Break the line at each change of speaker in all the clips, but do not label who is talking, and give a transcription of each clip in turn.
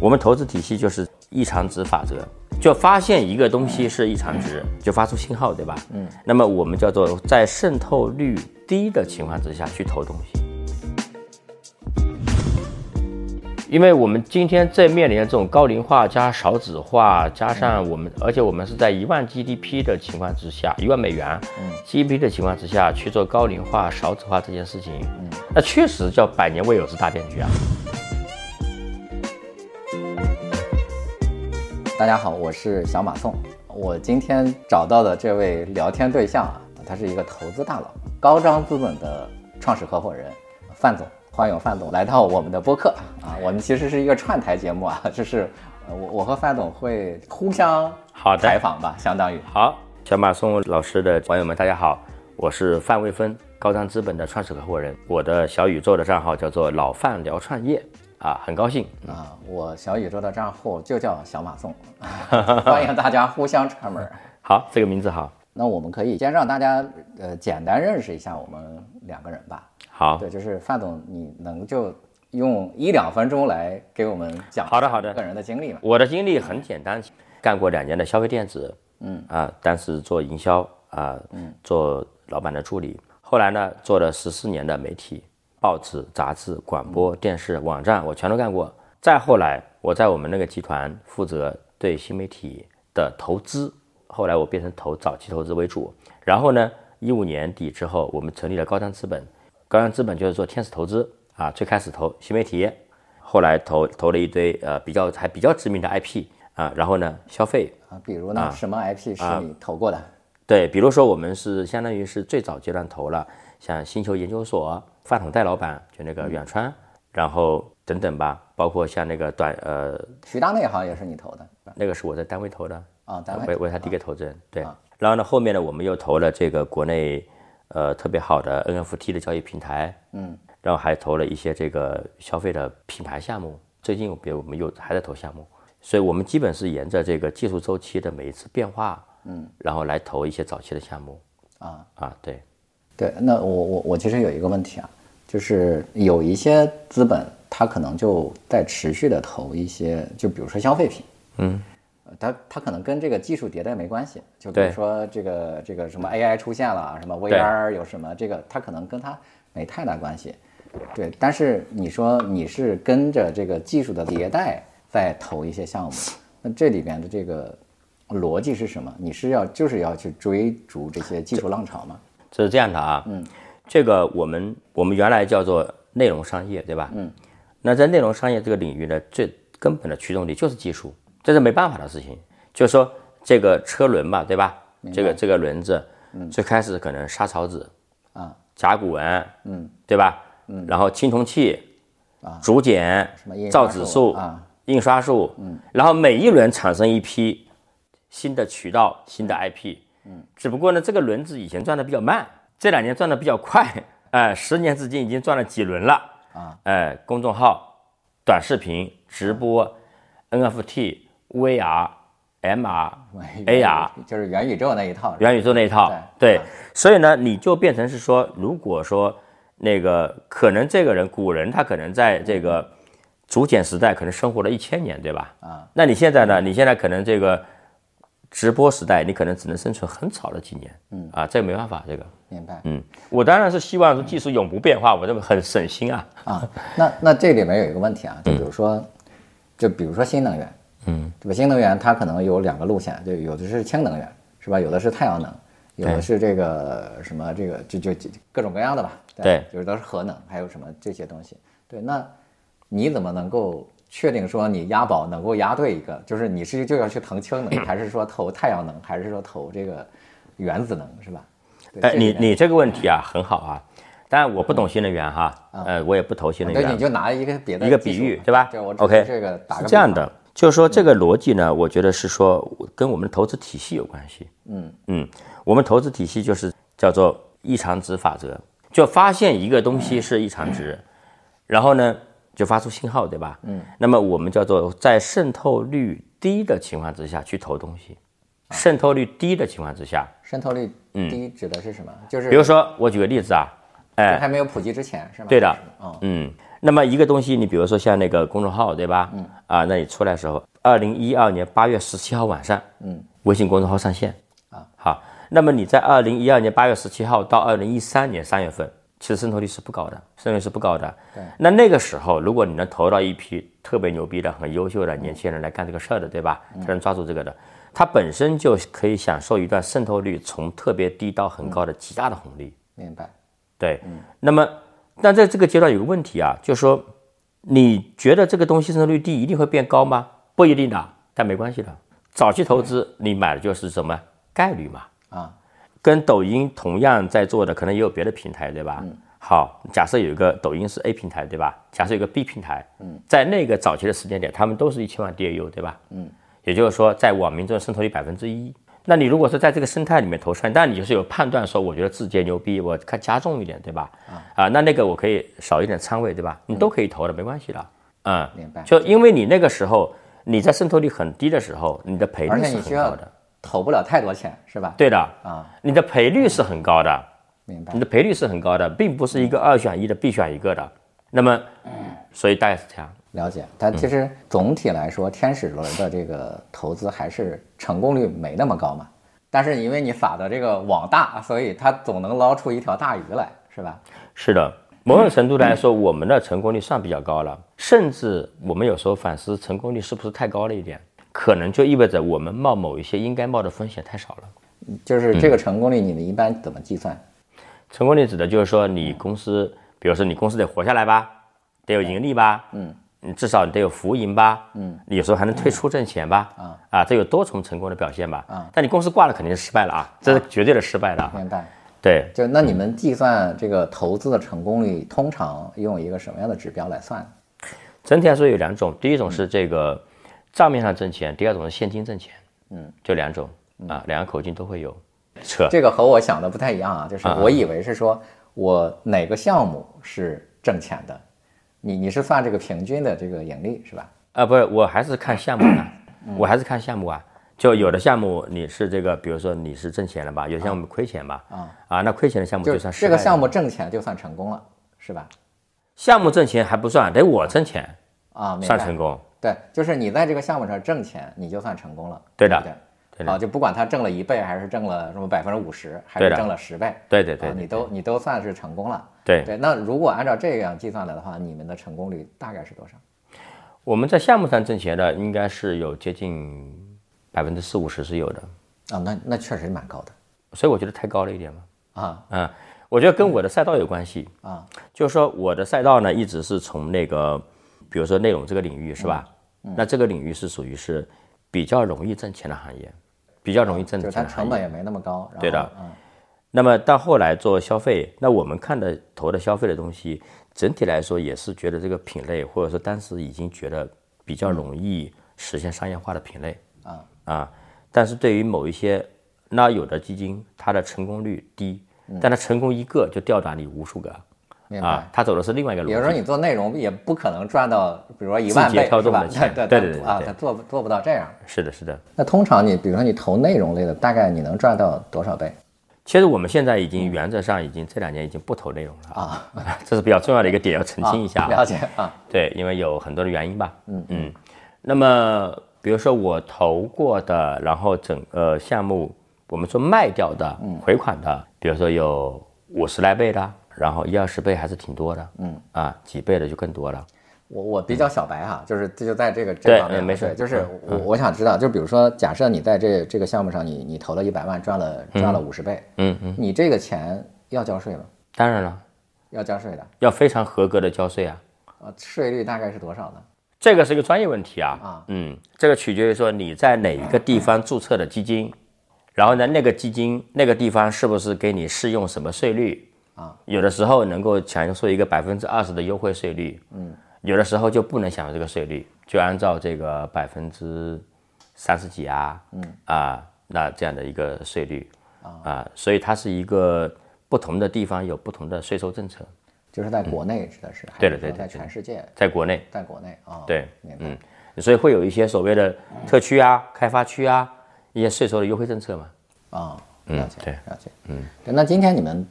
我们投资体系就是异常值法则，就发现一个东西是异常值，就发出信号，对吧？嗯。那么我们叫做在渗透率低的情况之下去投东西。因为我们今天正面临的这种高龄化加少子化，加上我们，而且我们是在一万 GDP 的情况之下，一万美元 GDP 的情况之下去做高龄化、少子化这件事情，那确实叫百年未有之大变局啊。
大家好，我是小马宋。我今天找到的这位聊天对象啊，他是一个投资大佬，高张资本的创始合伙人范总，欢迎范总来到我们的播客啊。我们其实是一个串台节目啊， 就是呃我我和范总会互相
好的
采访吧，相当于
好，小马宋老师的网友们，大家好，我是范卫芬，高瞻资本的创始合伙人，我的小宇宙的账号叫做老范聊创业啊，很高兴。
啊。我小宇宙的账户就叫小马宋， 欢迎大家互相串门儿。
好，这个名字好，
那我们可以先让大家呃简单认识一下我们两个人吧。
好，
对，就是范总，你能就用一两分钟来给我们讲
好的好的
个人的经历吗？
我的经历很简单，干过两年的消费电子，嗯啊，当时做营销啊，嗯，做老板的助理。后来呢，做了十四年的媒体，报纸、杂志、广播、电视、网站，我全都干过。再后来，我在我们那个集团负责对新媒体的投资，后来我变成投早期投资为主。然后呢，一五年底之后，我们成立了高瞻资本，高瞻资本就是做天使投资啊，最开始投新媒体，后来投投了一堆呃比较还比较知名的 IP 啊，然后呢消费，
啊，比如呢，什么 IP
啊
是你投过的？
对，比如说我们是相当于是最早阶段投了像星球研究所、饭桶戴老板就那个远川，然后等等吧，包括像那个短呃
徐大内好像也是你投的
那个是我在单位投的，
啊，单
我
位
也我也是他第一个投资人，对。然后呢，后面呢，我们又投了这个国内呃特别好的 NFT 的交易平台，嗯，然后还投了一些这个消费的品牌项目。最近，比如我们又还在投项目，所以我们基本是沿着这个技术周期的每一次变化，嗯，然后来投一些早期的项目。
啊
啊，对，
对，那我我我其实有一个问题啊，就是有一些资本它可能就在持续的投一些，就比如说消费品，嗯，它它可能跟这个技术迭代没关系，就比如
对
说这个这个什么 AI 出现了，什么 VR 有什么这个，它可能跟它没太大关系，对。但是你说你是跟着这个技术的迭代在投一些项目，那这里边的这个。逻辑是什么？你是要就是要去追逐这些技术浪潮吗？
这是这样的啊，嗯，这个我们我们原来叫做内容商业，对吧？嗯，那在内容商业这个领域呢，最根本的驱动力就是技术，这是没办法的事情。就是说这个车轮嘛，对吧？这个这个轮子，最开始可能沙草纸
啊，
甲骨文，嗯，对吧？嗯，然后青铜器，啊，竹简，
什么印刷
造纸术
啊，
印刷术，嗯，然后每一轮产生一批新的渠道、新的 IP，嗯，只不过呢，这个轮子以前转的比较慢，这两年转的比较快， 哎、十年至今已经转了几轮了啊，哎、公众号、短视频、直播、NFT、VR、MR、AR，
就是元宇宙那 一套。
元宇宙那一套，对，嗯所以呢，你就变成是说，如果说那个可能这个人古人他可能在这个竹简时代可能生活了一千年，对吧？啊，那你现在呢？你现在可能这个直播时代，你可能只能生存很少的几年，嗯啊，这个没办法，这个，
明白
嗯，我当然是希望说技术永不变化，我这个很省心啊，
啊， 那那这里面有一个问题啊，就比如说，就比如说新能源，嗯，对吧？新能源它可能有两个路线，就有的是氢能源，是吧？有的是太阳能，有的是这个什么这个就就就各种各样的吧。吧有的是核能，还有什么这些东西。对，那你怎么能够确定说你押宝能够押对一个？就是你是就要去投氢能，还是说投太阳能，还是说投这个原子能，是吧？对
哎，
这
你
里面
你这个问题啊很好啊，当然我不懂新能源哈，呃，我也不投新能源，
哦对，你就拿一个别的
一个
技
比
术
喻
嘛，
对吧
对，我只是
OK，
这个打个
是这样
比
的，就是说这个逻辑呢，我觉得是说跟我们的投资体系有关系。嗯嗯，我们投资体系就是叫做异常值法则，就发现一个东西是异常值，然后呢就发出信号，对吧？嗯，那么我们叫做在渗透率低的情况之下去投东西，渗透率低的情况之下，
渗透率
嗯
低指的是什么？就是
比如说我举个例子啊，
就还没有普及之前是吗？哦
对的
是吗，
嗯，那么一个东西，你比如说像那个公众号，对吧？嗯。啊，那你出来的时候，二零一二年八月十七号晚上，嗯，微信公众号上线啊。好，那么你在二零一二年八月十七号到二零一三年三月份，其实渗透率是不高的，渗透率是不高的。对。那那个时候，如果你能投到一批特别牛逼的、很优秀的年轻人来干这个事儿的，对吧？他能抓住这个的，他本身就可以享受一段渗透率从特别低到很高的极大的红利。
明白。
对，那么但在这个阶段有个问题啊，就是说，你觉得这个东西渗透率低一定会变高吗？不一定的，但没关系的。早期投资你买的就是什么概率嘛，
啊，
跟抖音同样在做的，可能也有别的平台，对吧？好，假设有一个抖音是 A 平台，对吧？假设有个 B 平台，嗯，在那个早期的时间点，他们都是一千万 DAU，对吧？嗯，也就是说，在网民中的渗透率百分之一。那你如果说在这个生态里面投算，但你就是有判断说，我觉得字节牛逼，我看加重一点，对吧？啊，那那个我可以少一点仓位，对吧？
嗯
你都可以投的，没关系的。嗯，
明白。
就因为你那个时候你在渗透率很低的时候，你的赔
而
率
且
是
你需
很
要
高的，
投不了太多钱，是吧？
对的
啊，嗯
你的赔率是很高的。
明白
你。的赔率是很高的，并不是一个二选一的必选一个的。那么，所以大概是这样。
了解，但
嗯
其实总体来说，天使轮的这个投资还是成功率没那么高嘛。但是因为你撒的这个网大，所以它总能捞出一条大鱼来，是吧？
是的，某种程度来说，我们的成功率算比较高了，甚至我们有时候反思成功率是不是太高了一点，可能就意味着我们冒某一些应该冒的风险太少了。嗯
就是这个成功率，你们一般怎么计算？
成功率指的就是说你公司，比如说你公司得活下来吧，得有盈利吧，嗯，你至少你得有浮盈吧，嗯，你有时候还能退出挣钱吧，啊啊，这有多重成功的表现吧，啊，但你公司挂了肯定是失败了啊，这是绝对的失败了啊，
明白？
对。
就那你
嗯
们计算这个投资的成功率，通常用一个什么样的指标来算？
整体来说有两种，第一
嗯
种是这个账面上挣钱，第二种是现金挣钱。嗯，就两种啊，两个口径都会有。 扯，
这个和我想的不太一样啊，就是我以为是说我哪个项目是挣钱的，你你是算这个平均的这个盈利是吧？
啊，不是，我还是看项目啊，
嗯
我还是看项目啊。就有的项目你是这个，比如说你是挣钱了吧，有的项目亏钱吧，啊那亏钱的项目
就
就算失
这个
败了
项目挣钱就算成功了，是吧？
项目挣钱还不算，得我挣钱
啊，明
算
白。
成功。
对，就是你在这个项目上挣钱，你就算成功了。
对的
不对
对的
啊，就不管他挣了一倍，还是挣了什么百分之五十，还
对
是
的
挣了十倍，
对对对
啊，你都你都算是成功了。
对，
对，那如果按照这样计算来的话，你们的成功率大概是多少？
我们在项目上挣钱的应该是有接近百分之四五十是有的，
啊，那那确实蛮高的
所以我觉得太高了一点嘛。
啊
嗯，我觉得跟我的赛道有关系
啊，
就是说我的赛道呢一直是从那个，比如说内容这个领域是吧？
嗯
那这个领域是属于是比较容易挣钱的行业，比较容易挣
就是
钱
它
的行
成
业。
本也没那么高。然后
对的，那么到后来做消费，那我们看的投的消费的东西，整体来说也是觉得这个品类，或者说当时已经觉得比较容易实现商业化的品类
啊
啊。但是对于某一些，那有的基金它的成功率低，但它成功一个就吊打你无数个
嗯明白
啊。。它走的是另外一个
比如
逻
说
辑。
你做内容也不可能赚到，比如说一
字
万
节
倍
跳
是
动
吧
的？钱
对
对对对
啊，
对
他做不做不到这样。
是的，是的。
那通常你比如说你投内容类的，大概你能赚到多少倍
其实我们现在已经原则上已经这两年已经不投内容了啊，
嗯啊？
这是比较重要的一个点要澄清一下
啊。了解啊，
对，因为有很多的原因吧。嗯嗯。那么比如说我投过的，然后整个项目我们说卖掉的、回款的，比如说有五十来倍的，然后一二十倍还是挺多的。嗯啊，几倍的就更多了。
我我比较小白哈，就是这就在这个这方
嗯
面啊，
没事
对就是我我想知道，就比如说，假设你在这这个项目上你，你投了一百万，赚了赚了五十倍，
嗯嗯，
你这个钱要交税吗？
当然了，
要交税的，
要非常合格的交税啊。
呃，税率大概是多少呢？
这个是一个专业问题啊，嗯，这个取决于说你在哪一个地方注册的基金，然后呢，那个基金那个地方是不是给你适用什么税率
啊？
有的时候能够享受一个百分之二十的优惠税率，嗯，有的时候就不能享受这个税率，就按照这个百分之三十几啊，嗯啊，那这样的一个税率啊，所以它是一个不同的地方有不同的税收政策，
就是在国内指的是，还
嗯对的
是说
对的
在
对
全世界，
在国内。
在国内啊，
对，
明白
嗯，所以会有一些所谓的特区啊、开发区啊一些税收的优惠政策嘛。
啊，
嗯
了解，
对
了解，嗯，对，那今天你们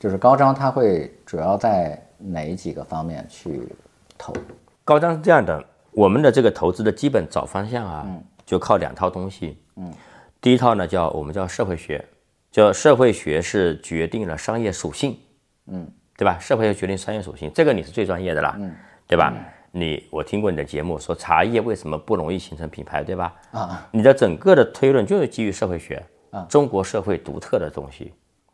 就是高招，他会主要在哪几个方面去投？
高张是这样的，我们的这个投资的基本找方向啊，就靠两套东西。嗯，第一套呢叫我们叫社会学，叫社会学是决定了商业属性。嗯，对吧？社会学决定商业属性，这个你是最专业的啦。嗯，对吧？你我听过你的节目说茶叶为什么不容易形成品牌，对吧？
啊，
你的整个的推论就是基于社会学，中国社会独特的东西，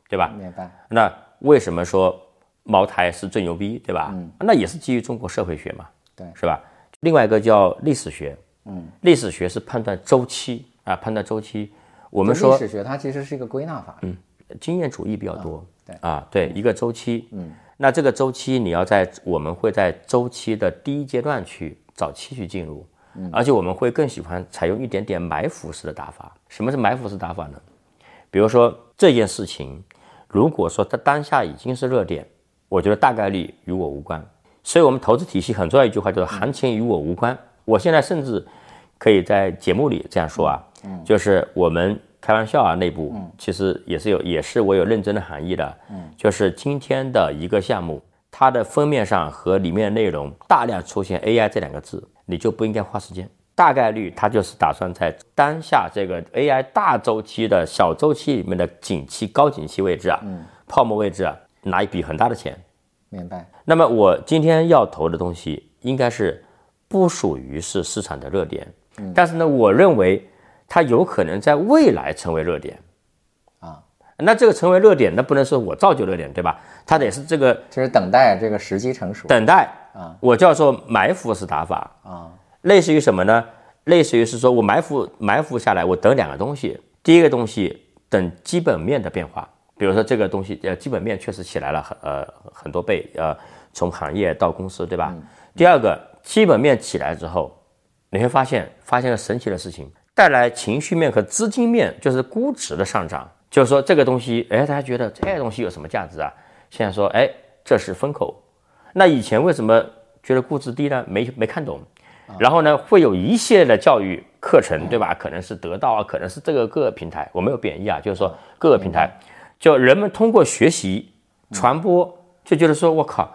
对吧？
明白？
那为什么说茅台是最牛逼，对吧？那也是基于中国社会学嘛，
嗯对
是吧？另外一个叫历史学，嗯，历史学是判断周期啊，判断周期。我
我
们说
历史学它其实是一个归纳法，嗯，
经验主义比较多，
对
啊，对一个周期，嗯，那这个周期你要在我们会在周期的第一阶段去早期去进入，而且我们会更喜欢采用一点点埋伏式的打法。什么是埋伏式打法呢？比如说这件事情，如果说它当下已经是热点，我觉得大概率与我无关。所以我们投资体系很重要一句话就是行情与我无关。我现在甚至可以在节目里这样说啊，就是我们开玩笑啊，内部其实也是有，也是我有认真的含义的，就是今天的一个项目，它的封面上和里面的内容大量出现 AI 这两个字，你就不应该花时间。大概率它就是打算在当下这个 AI 大周期的小周期里面的景气、高景气位置啊，泡沫位置啊，拿一笔很大的钱，
明白？
那么我今天要投的东西应该是不属于是市场的热点，但是呢，我认为它有可能在未来成为热点
啊。
那这个成为热点，那不能说我造就热点，对吧？它得是这个
就是等待这个时机成熟
等待啊，我叫做埋伏式打法
啊，
类似于什么呢？类似于是说我埋伏埋伏下来，我等两个东西，第一个东西等基本面的变化，比如说这个东西呃基本面确实起来了很呃很多倍呃，从行业到公司对吧？第二个基本面起来之后，你会发现发现了神奇的事情，带来情绪面和资金面，就是估值的上涨。就是说这个东西，哎，大家觉得这东西有什么价值啊？现在说，哎，这是风口。那以前为什么觉得估值低呢？没没看懂。然后呢，会有一系列的教育课程，对吧？可能是得到啊，可能是这个各个平台，我没有贬义啊，就是说各个平台，就人们通过学习传播，就觉得说，我靠，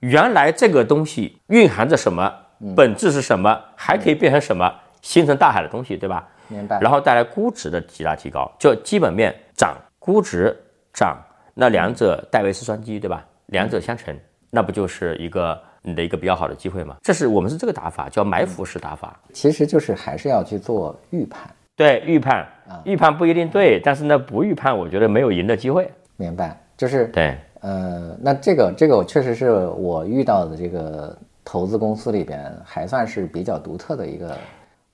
原来这个东西蕴含着什么，本质是什么，还可以变成什么，星辰大海的东西，对吧？
明白？
然后带来估值的极大提高，就基本面涨，估值涨，那两者戴维斯双击，对吧？两者相乘，那不就是一个你的一个比较好的机会吗？这是我们是这个打法，叫埋伏式打法。
其实就是还是要去做预判，
对，预判，
啊
预判不一定
嗯
对，但是呢，不预判，我觉得没有赢的机会。
明白？就是
对，
呃，那这个这个我确实是我遇到的这个投资公司里边还算是比较独特的一个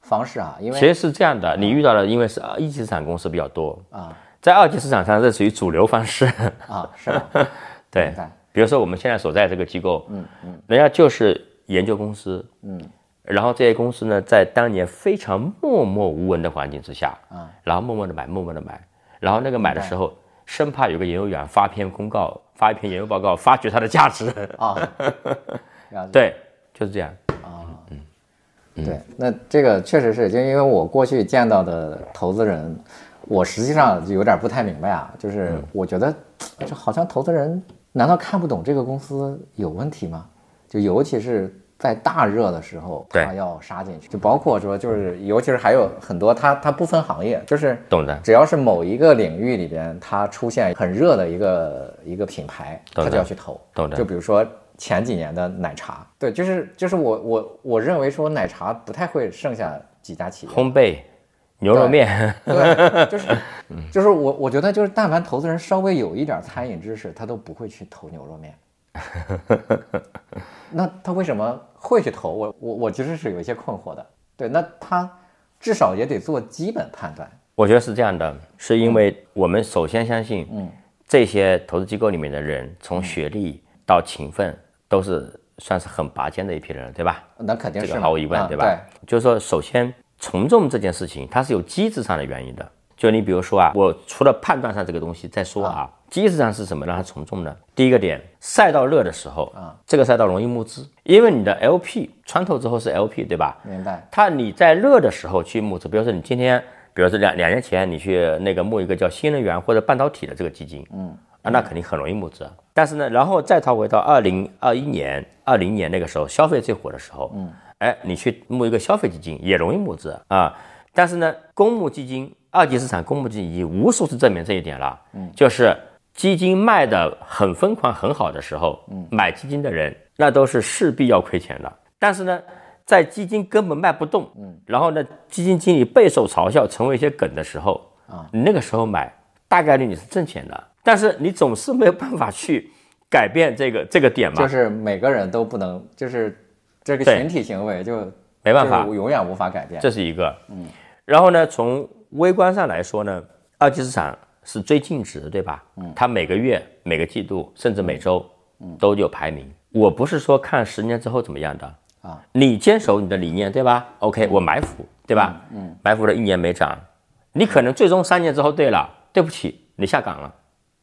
方式啊，因
其
为
实是这样的，你遇到的因为是呃一级市场公司比较多，
啊
在二级市场上这属于主流方式。
啊是吧？
对
明白，
比如说我们现在所在这个机构，嗯嗯，人家就是研究公司，嗯，然后这些公司呢，在当年非常默默无闻的环境之下，啊，然后默默的买，默默的买，然后那个买的时候，生怕有个研究员发篇公告， 发一篇研究报告，发掘它的价值，
啊，了解。
对，就是这样。
对，那这个确实是，就因为我过去见到的投资人，我实际上就有点不太明白啊，就是我觉得，就好像投资人难道看不懂这个公司有问题吗？就尤其是在大热的时候，
对
他要杀进去，就包括说，就是尤其是还有很多他他不分行业，就是
懂的
只要是某一个领域里边它出现很热的一个一个品牌，
懂
他
的
就要去投，
懂的
就比如说前几年的奶茶，对，就是就是我我我认为说奶茶不太会剩下几家企业，
烘焙、牛肉
对
面，
对， 就是
嗯
就是我我觉得就是但凡投资人稍微有一点餐饮知识，他都不会去投牛 肉面。那他为什么会去投？我我我其实是有一些困惑的。对，那他至少也得做基本判断。
我觉得是这样的，是因为我们首先相信，嗯，这些投资机构里面的人，从学历到勤奋，都是算是很拔尖的一批人了，对吧？
那肯定
这
是
个
嘛
毫无疑问，
啊
对吧？就是说，首先从众这件事情，它是有机制上的原因的。就你比如说啊，我除了判断上这个东西再说啊，机制上是什么让它从众呢？第一个点，赛道热的时候啊，这个赛道容易募资，因为你的 LP 穿透之后是 LP，对吧？
对，明白。
它你在热的时候去募资，比如说你今天，比如说两两年前你去那个募一个叫新能源或者半导体的这个基金，嗯，啊，那肯定很容易募资啊。但是呢，然后再套回到二零二一年、二零年那个时候，消费最火的时候，嗯，哎，你去募一个消费基金也容易募资啊。但是呢，公募基金、二级市场公募基金已经无数次证明这一点了，嗯，就是基金卖的很疯狂、很好的时候，嗯，买基金的人那都是势必要亏钱的。但是呢，在基金根本卖不动，嗯，然后呢，基金经理备受嘲笑，成为一些梗的时候，啊，你那个时候买，大概率你是挣钱的，但是你总是没有办法去改变这个这个点嘛，
就是每个人都不能，就是这个
对
群体行为就
没办法
就是永远无法改变。
这是一个，嗯，然后呢，从微观上来说呢，二级市场是追净值，对吧？嗯，它每个月、每个季度，甚至每周，都有排名。我不是说看十年之后怎么样的
啊，
你坚守你的理念，对吧？OK，我埋伏，对吧？嗯，埋伏了一年没涨，你可能最终三年之后，对了，对不起，你下岗了，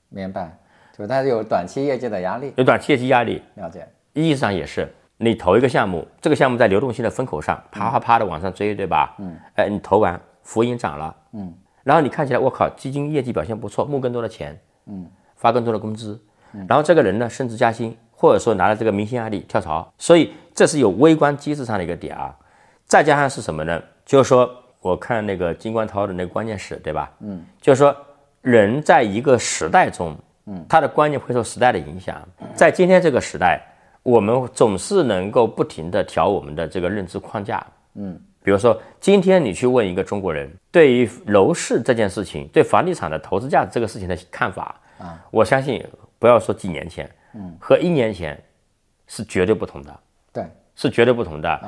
明白，就是它有短期业绩的压力，
有短期业绩压力，
了解。
意义上也是，你投一个项目，这个项目在流动性的风口上啪啪啪的往上追，对吧？嗯，哎，你投完浮盈涨了，嗯，然后你看起来我靠，基金业绩表现不错，募更多的钱，嗯，发更多的工资，然后这个人呢升职加薪，或者说拿了这个明星案例跳槽，所以这是有微观机制上的一个点啊。再加上是什么呢？就是说，我看那个金冠涛的那个关键史，对吧？嗯，就是说，人在一个时代中，嗯，他的观念会受时代的影响。在今天这个时代，我们总是能够不停地调我们的这个认知框架。嗯，比如说，今天你去问一个中国人对于楼市这件事情、对房地产的投资价值这个事情的看法啊，我相信不要说几年前，嗯，和一年前是绝对不同的。
对，
是绝对不同的。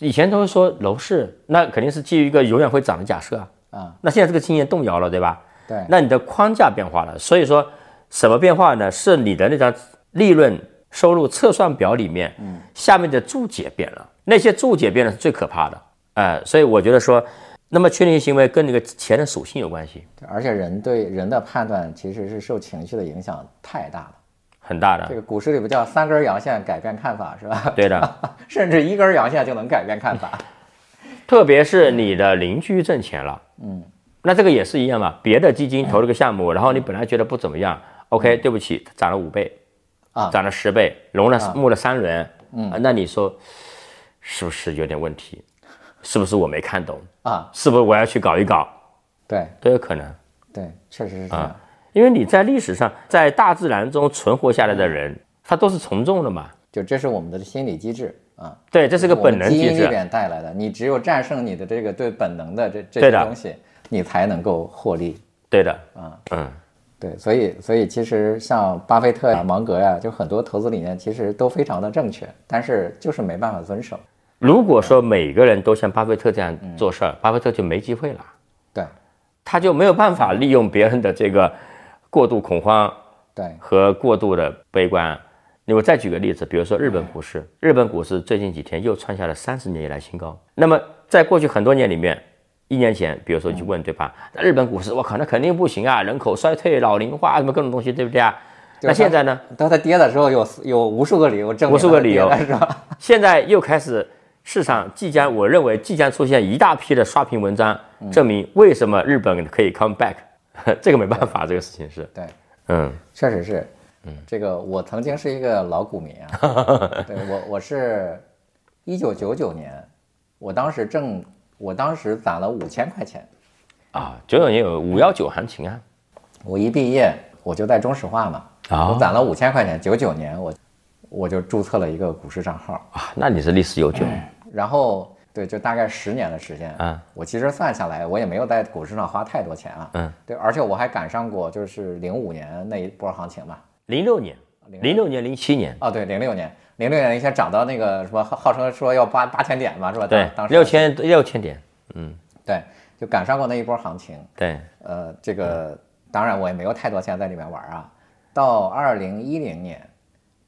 以前都是说楼市，那肯定是基于一个永远会涨的假设啊。
啊，
那现在这个经验动摇了，对吧？
对，
那你的框架变化了，所以说什么变化呢？是你的那张利润收入测算表里面，下面的注解变了，那些注解变了是最可怕的。哎、所以我觉得说，那么确定性行为跟那个钱的属性有关系，
而且人对人的判断其实是受情绪的影响太大了。
很大的
这。个股市里不叫三根阳线改变看法是吧？
对的，
甚至一根阳线就能改变看法。
特别是你的邻居挣钱了，嗯，那这个也是一样嘛。别的基金投了个项
嗯
目，然后你本来觉得不怎么样，OK，对不起，涨了五倍，
啊
涨了十倍，融了募了三轮，嗯，那你说是不是有点问题？是不是我没看懂？
啊，
是不是我要去搞一搞？
对
都有可能，
对，确实是这样。
因为你在历史上，在大自然中存活下来的
嗯
人，他都是从众的嘛。
就这是我们的心理机制啊，
对，这是个
我们
本能
基
机
因里
制，
边带来的。你只有战胜你的这个对本能的这这
对
些
的
东西，你才能够获利。
对的，
啊
嗯
对，所以所以其实像巴菲特呀、芒格呀，就很多投资理念其实都非常的正确，但是就是没办法遵守。
如果说每个人都像巴菲特这样做事儿，巴菲特就没机会了。
嗯对
他就没有办法利用别人的这个过度恐慌
对，
和过度的悲观。那我再举个例子，比如说日本股
嗯
市，日本股市最近几天又创下了三十年以来新高。那么在过去很多年里面，一年前，比如说去问对吧，
嗯
那日本股市我靠，那肯定不行啊，人口衰退、老龄化什么各种东西，对不对啊？
对
那现在呢？
当它跌的时候有有无数个理由证明
无数个理由
它跌了 是吧？
现在又开始市场即将，我认为即将出现一大批的刷屏文章，证明为什么日本可以 come back。这 个没办法，这个事情是，
对，
嗯。
确实是。嗯，这个我曾经是一个老股民啊， 对我我是一九九九年，我当时挣，我当时攒了五千块钱，
啊，九九年有五幺九行情啊，
我一毕业我就在中石化嘛，
啊
我攒了五千块钱，九九年我我就注册了一个股市账号，
啊，那你是历史悠久，
然后对，就大概十年的时间
啊，
我其实算下来，我也没有在股市上花太多钱啊，
嗯，
对，而且我还赶上过就是零五年那一波行情嘛，
零六年、零六年、零七年，
哦，对，零六年，零六年一下涨到那个什么，号号称说要八八千点嘛，是吧？
对
当，当时
六，千六千点，
对，就赶上过那一波行情。
对，
呃，这个当然我也没有太多钱在里面玩啊。到二零一零年，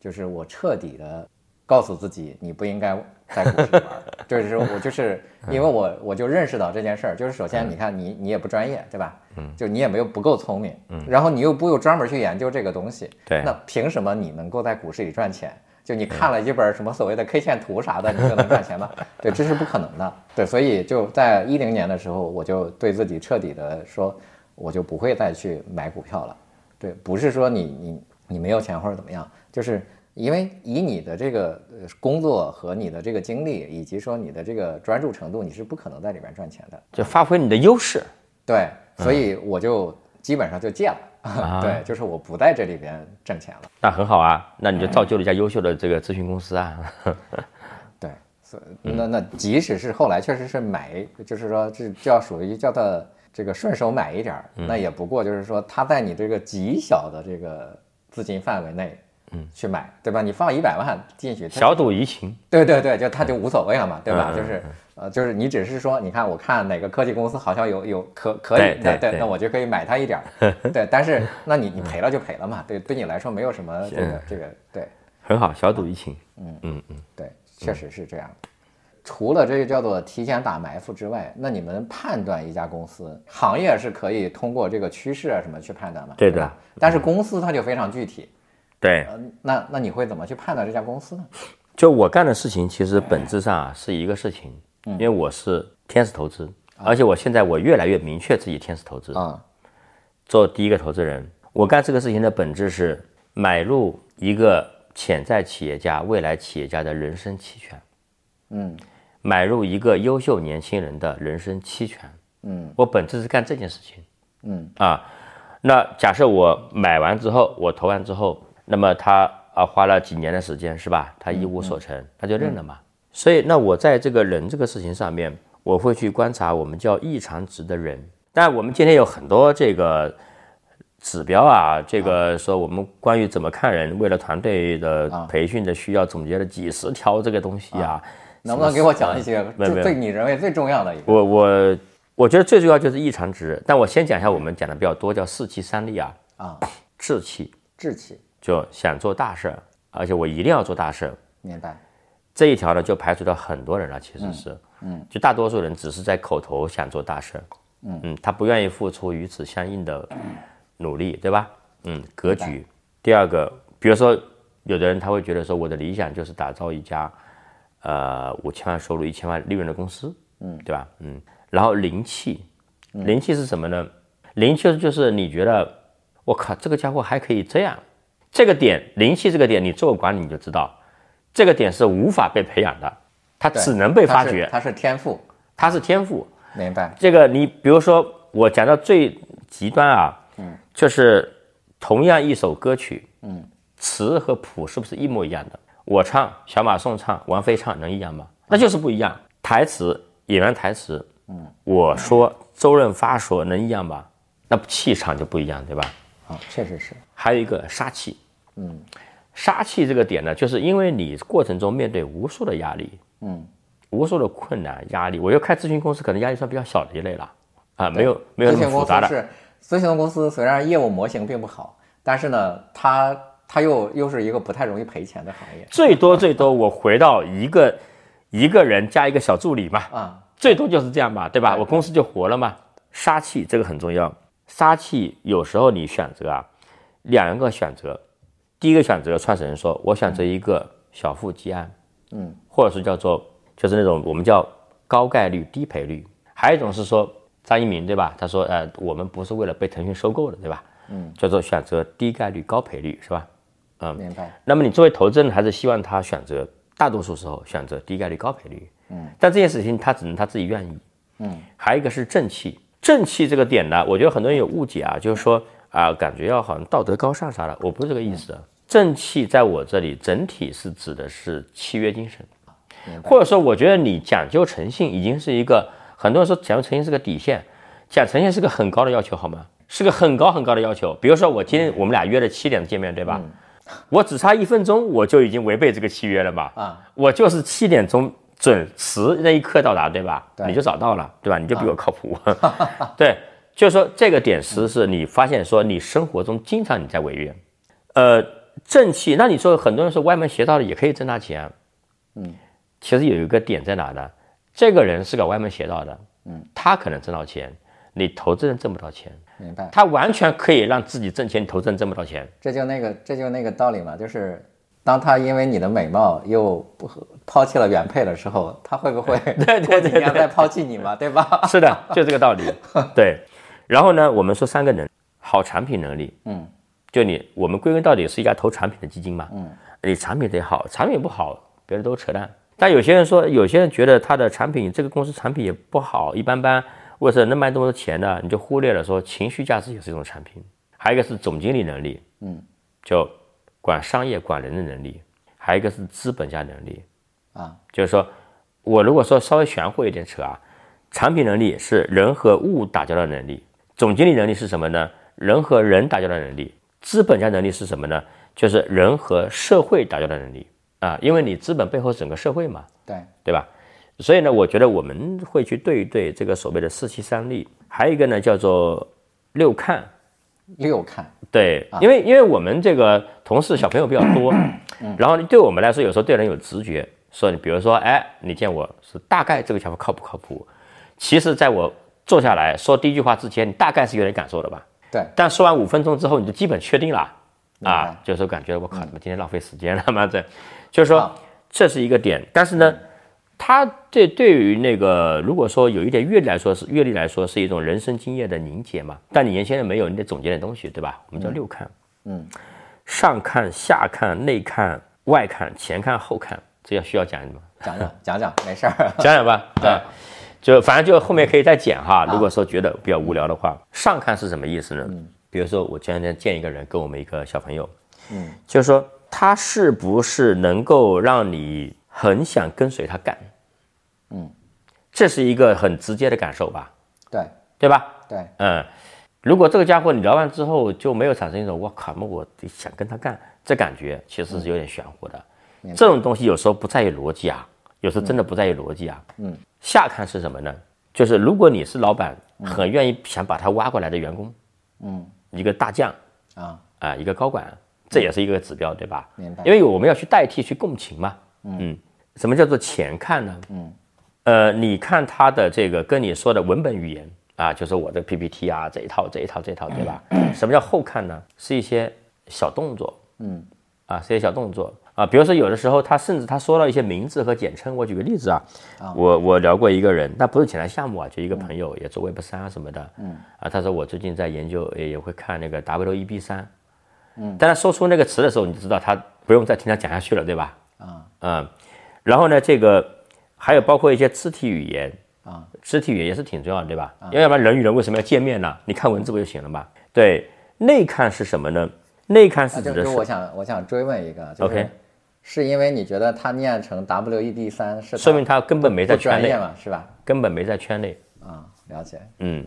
就是我彻底的告诉自己，你不应该在股市玩儿， 就是我就是因为我我就认识到这件事儿，就是首先你看你你也不专业，对吧？嗯，就你也没有不够聪明，嗯，然后你又不有专门去研究这个东西，
对
那凭什么你能够在股市里赚钱？就你看了一本什么所谓的 K 线图啥的，你就能赚钱吗？对，这是不可能的。对，所以就在一零年的时候，我就对自己彻底的说，我就不会再去买股票了。对，不是说你你你没有钱或者怎么样，就是因为以你的这个呃工作和你的这个精力，以及说你的这个专注程度，你是不可能在里面赚钱的。
就发挥你的优势。
对，所以我就基本上就戒了。 对，就是我不在这里边挣钱了。
那很好啊，那你就造就了一家优秀的这个咨询公司啊。
对，所
嗯
那那即使是后来确实是买，就是说这就要属于叫他这个顺手买一点
嗯
儿，那也不过就是说他在你这个极小的这个资金范围内，嗯，去买，对吧？你放一百万进去，它
小嗯赌怡情，
对对对，就他就无所谓了嘛，对吧？就是呃，就是你只是说，你看我看哪个科技公司好像有有可可以
对，
那
对对嗯
那我就可以买它一点 儿，对。但是那你你赔了就赔了嘛，对，对你来说没有什么这个这个对
很好，小赌怡情。嗯
对，确实是这样的。除了这个叫做提前打埋伏之外，那你们判断一家公司行业是可以通过这个趋势啊什么去判断嘛？
对的嗯
吧，但是公司它就非常具体，
对，
呃，那那你会怎么去判断这家公司呢？
就我干的事情，其实本质上啊是一个事情，因为我是天使投资，而且我现在我越来越明确自己天使投资，
啊、
做第一个投资人。我干这个事情的本质是买入一个潜在企业家、未来企业家的人生期权，
嗯，
买入一个优秀年轻人的人生期权，
嗯，
我本质是干这件事情，
嗯
啊，那假设我买完之后，我投完之后，那么他啊花了几年的时间是吧？他一无所
嗯
成，他就认了嘛。所以，那我在这个人这个事情上面，我会去观察我们叫异常值的人。但我们今天有很多这个指标啊，这个说我们关于怎么看人，为了团队的培训的需要，总结了几十条这个东西啊。
能不能给我讲一些
嗯没有没
就
有
对你认为最重要的一个？
我我我觉得最重要就是异常值。但我先讲一下我们讲的比较多叫四气三力啊
啊，
志气
志气，
就想做大事儿，而且我一定要做大事儿。
明白？
这一条呢，就排除掉很多人了，其实是，嗯，就大多数人只是在口头想做大事儿，嗯他不愿意付出与此相应
嗯
的努力，对吧？嗯，格局。第二个，比如说，有的人他会觉得说，我的理想就是打造一家，呃，五千万收入、一千万利润的公司，嗯，对吧？嗯，然后灵气，
嗯
灵气是什么呢？灵气就是你觉得，我靠，这个家伙还可以这样，这个点灵气这个点，你做管理你就知道，这个点是无法被培养的，它
对
只能被
它
发
是
掘，
它是天赋，
它是天赋。
明白？
这个你比如说，我讲到最极端啊，就是同样一首歌曲，嗯，词和谱是不是一模一样的？我唱，小马宋唱，王菲唱，能一样吗？那就是不一样。台词，演员台词，嗯，我说，周润发说，能一样吗？那气场就不一样，对吧？
啊，确实是，
还有一个杀气，嗯，杀气这个点呢，就是因为你过程中面对无数的压力，嗯，无数的困难压力，我又开咨询公司，可能压力算比较小的一类了，啊，没有没有
咨
那么
询公
复
司
杂的，
是咨询公司，虽然业务模型并不好，但是呢，它它又又是一个不太容易赔钱的行业
最多最多我回到一个一个人加一个小助理嘛，
啊。
最多就是这样吧，对吧？我公司就活了嘛。杀气这个很重要，杀气有时候你选择啊，两个选择，第一个选择创始人说，我选择一个小富即安，嗯，或者是叫做就是那种我们叫高概率低赔率，还有一种是说张一鸣对吧？他说呃，我们不是为了被腾讯收购的对吧？嗯，叫做选择低概率高赔率是吧？嗯
明白，
那么你作为投资人，还是希望他选择大多数时候选择低概率高赔率。嗯，但这件事情他只能他自己愿意。嗯，还有一个是正气，正气这个点呢，我觉得很多人有误解啊，就是说啊、感觉要好像道德高尚啥的，我不是这个意思。啊正气在我这里整体是指的是契约精神，或者说我觉得你讲究诚信已经是一个很多人说讲究诚信是个底线，讲诚信是个很高的要求，好吗？是个很高很高的要求。比如说我今天我们俩约了七点见面，对吧？我只差一分钟，我就已经违背这个契约了嘛。
啊，
我就是七点钟准时那一刻到达，对吧？
对
你就找到了，对吧？你就比我靠谱。 对，就是说这个点实是你发现说你生活中经常你在违约，呃，正气。那你说很多人说歪门邪道的也可以挣大钱，嗯，其实有一个点在哪呢？这个人是个歪门邪道的，嗯，他可能挣到钱，你投资人挣不到钱，
明白，
他完全可以让自己挣钱，你投资人挣不到钱。
这就那个，这就那个道理嘛，就是当他因为你的美貌又不和抛弃了原配的时候，他会不会
对对
过几
对
年
对
再抛弃你嘛，对吧？
是 的，就这个道理。对，然后呢，我们说三个能，好产品能力，嗯，就你我们归根到底是一家投产品的基金嘛，嗯，你产品得好，产品不好，别人都扯淡。但有些人说，有些人觉得他的产品，这个公司产品也不好，一般般，为什么能卖这么多钱呢？你就忽略了说情绪价值也是一种产品，还有一个是总经理能力，嗯，就管商业管人的能力，还有一个是资本家能力，
啊，
就是说我如果说稍微玄乎一点扯啊，产品能力是人和物打交道的能力，总经理能力是什么呢？人和人打交道的能力，资本家能力是什么呢？就是人和社会打交道的能力啊，因为你资本背后是整个社会嘛，
对，
对吧？所以呢，我觉得我们会去对一对这个所谓的四七三力，还有一个呢叫做六看，
六看，
对，因为因为我们这个同事小朋友比较多， 然后对我们来说，有时候对人有直觉，说你比如说，哎，你见我是大概这个家伙靠不靠谱？其实在我坐下来说第一句话之前，你大概是有点感受的吧？
对，
但说完五分钟之后，你就基本确定了
明
啊
白，
就是感觉我靠，怎么今天浪费时间了妈这，就是说这是一个点，但是
嗯
呢，它这对于那个如果说有一点阅历来说是阅历来说是一种人生经验的凝结嘛，但你原先的没有，你得总结点东西，对吧？我们叫六看，
嗯，
上看、下看、内看、外看、前看、后看，这要需要讲吗？
讲讲讲讲，没事儿，
讲讲吧，对，就反正就后面可以再剪哈。如果说觉得比较无聊的话，上看是什么意思呢？比如说我前两天见一个人，跟我们一个小朋友，嗯，就是说他是不是能够让你很想跟随他干，嗯，这是一个很直接的感受吧，
对
对吧？
对，
嗯，如果这个家伙你聊完之后就没有产生一种我靠，那我得想跟他干这感觉，其实是有点玄乎的。这种东西有时候不在于逻辑啊，有时候真的不在于逻辑啊。嗯，下看是什么呢？就是如果你是老板，很愿意想把他挖过来的员工，嗯，一个大将
啊，
啊、一个高管，这也是一个指标，对吧？
明白
因为我们要去代替去共情嘛。嗯，什么叫做前看呢？嗯，呃，你看他的这个跟你说的文本语言啊，就是我这个 PPT 啊，这一套这一套这一套，对 吧？什么叫后看呢？是一些小动作，嗯，啊，是一些小动作啊，比如说有的时候他甚至他说到一些名字和简称，我举个例子啊，我我聊过一个人，那不是前台项目啊，就一个朋友也做 Web 三啊什么的，嗯，啊，他说我最近在研究，也也会看那个 WEB 三，
嗯
但他说出那个词的时候，你就知道他不用再听他讲下去了，对吧？啊，嗯，然后呢，这个还有包括一些肢体语言啊，肢体语言也是挺重要的，对
啊
吧？因为要不然人与人为什么要见面呢？你看文字不就行了嘛？对，内看是什么呢？内看是
那
指
啊就
的
就我
是
想我想追问一个，就是
OK
是因为你觉得他念成 W E D 三是
说
他
明他根本没在
不专
圈内
业，嘛，是吧？
根本没在圈内，
啊，了解，
嗯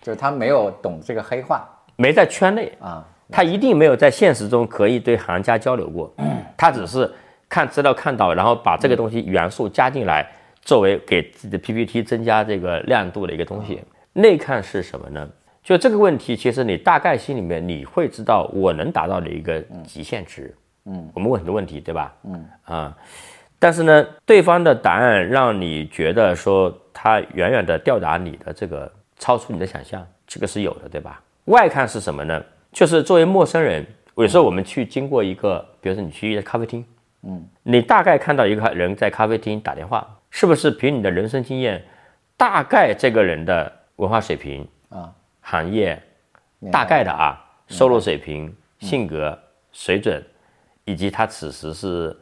就是他没有懂这个黑话
没在圈内，
啊，
他一定没有在现实中可以对行家交流过，他只是看资料看到，然后把这个东西元素加进来，作为给自己的 PPT 增加这个亮度的一个东西。内看是什么呢？就这个问题，其实你大概心里面你会知道我能达到的一个极限值。嗯，我们问很多问题，对吧？嗯啊、但是呢，对方的答案让你觉得说他远远的吊打你的这个超出你的想象，这个是有的，对吧？外看是什么呢？就是作为陌生人，有时候我们去经过一个，比如说你去一个咖啡厅，嗯，你大概看到一个人在咖啡厅打电话，是不是凭你的人生经验，大概这个人的文化水平
啊、
行业
明白嗯
大概的啊，收入水平、性格、水准，以及他此时是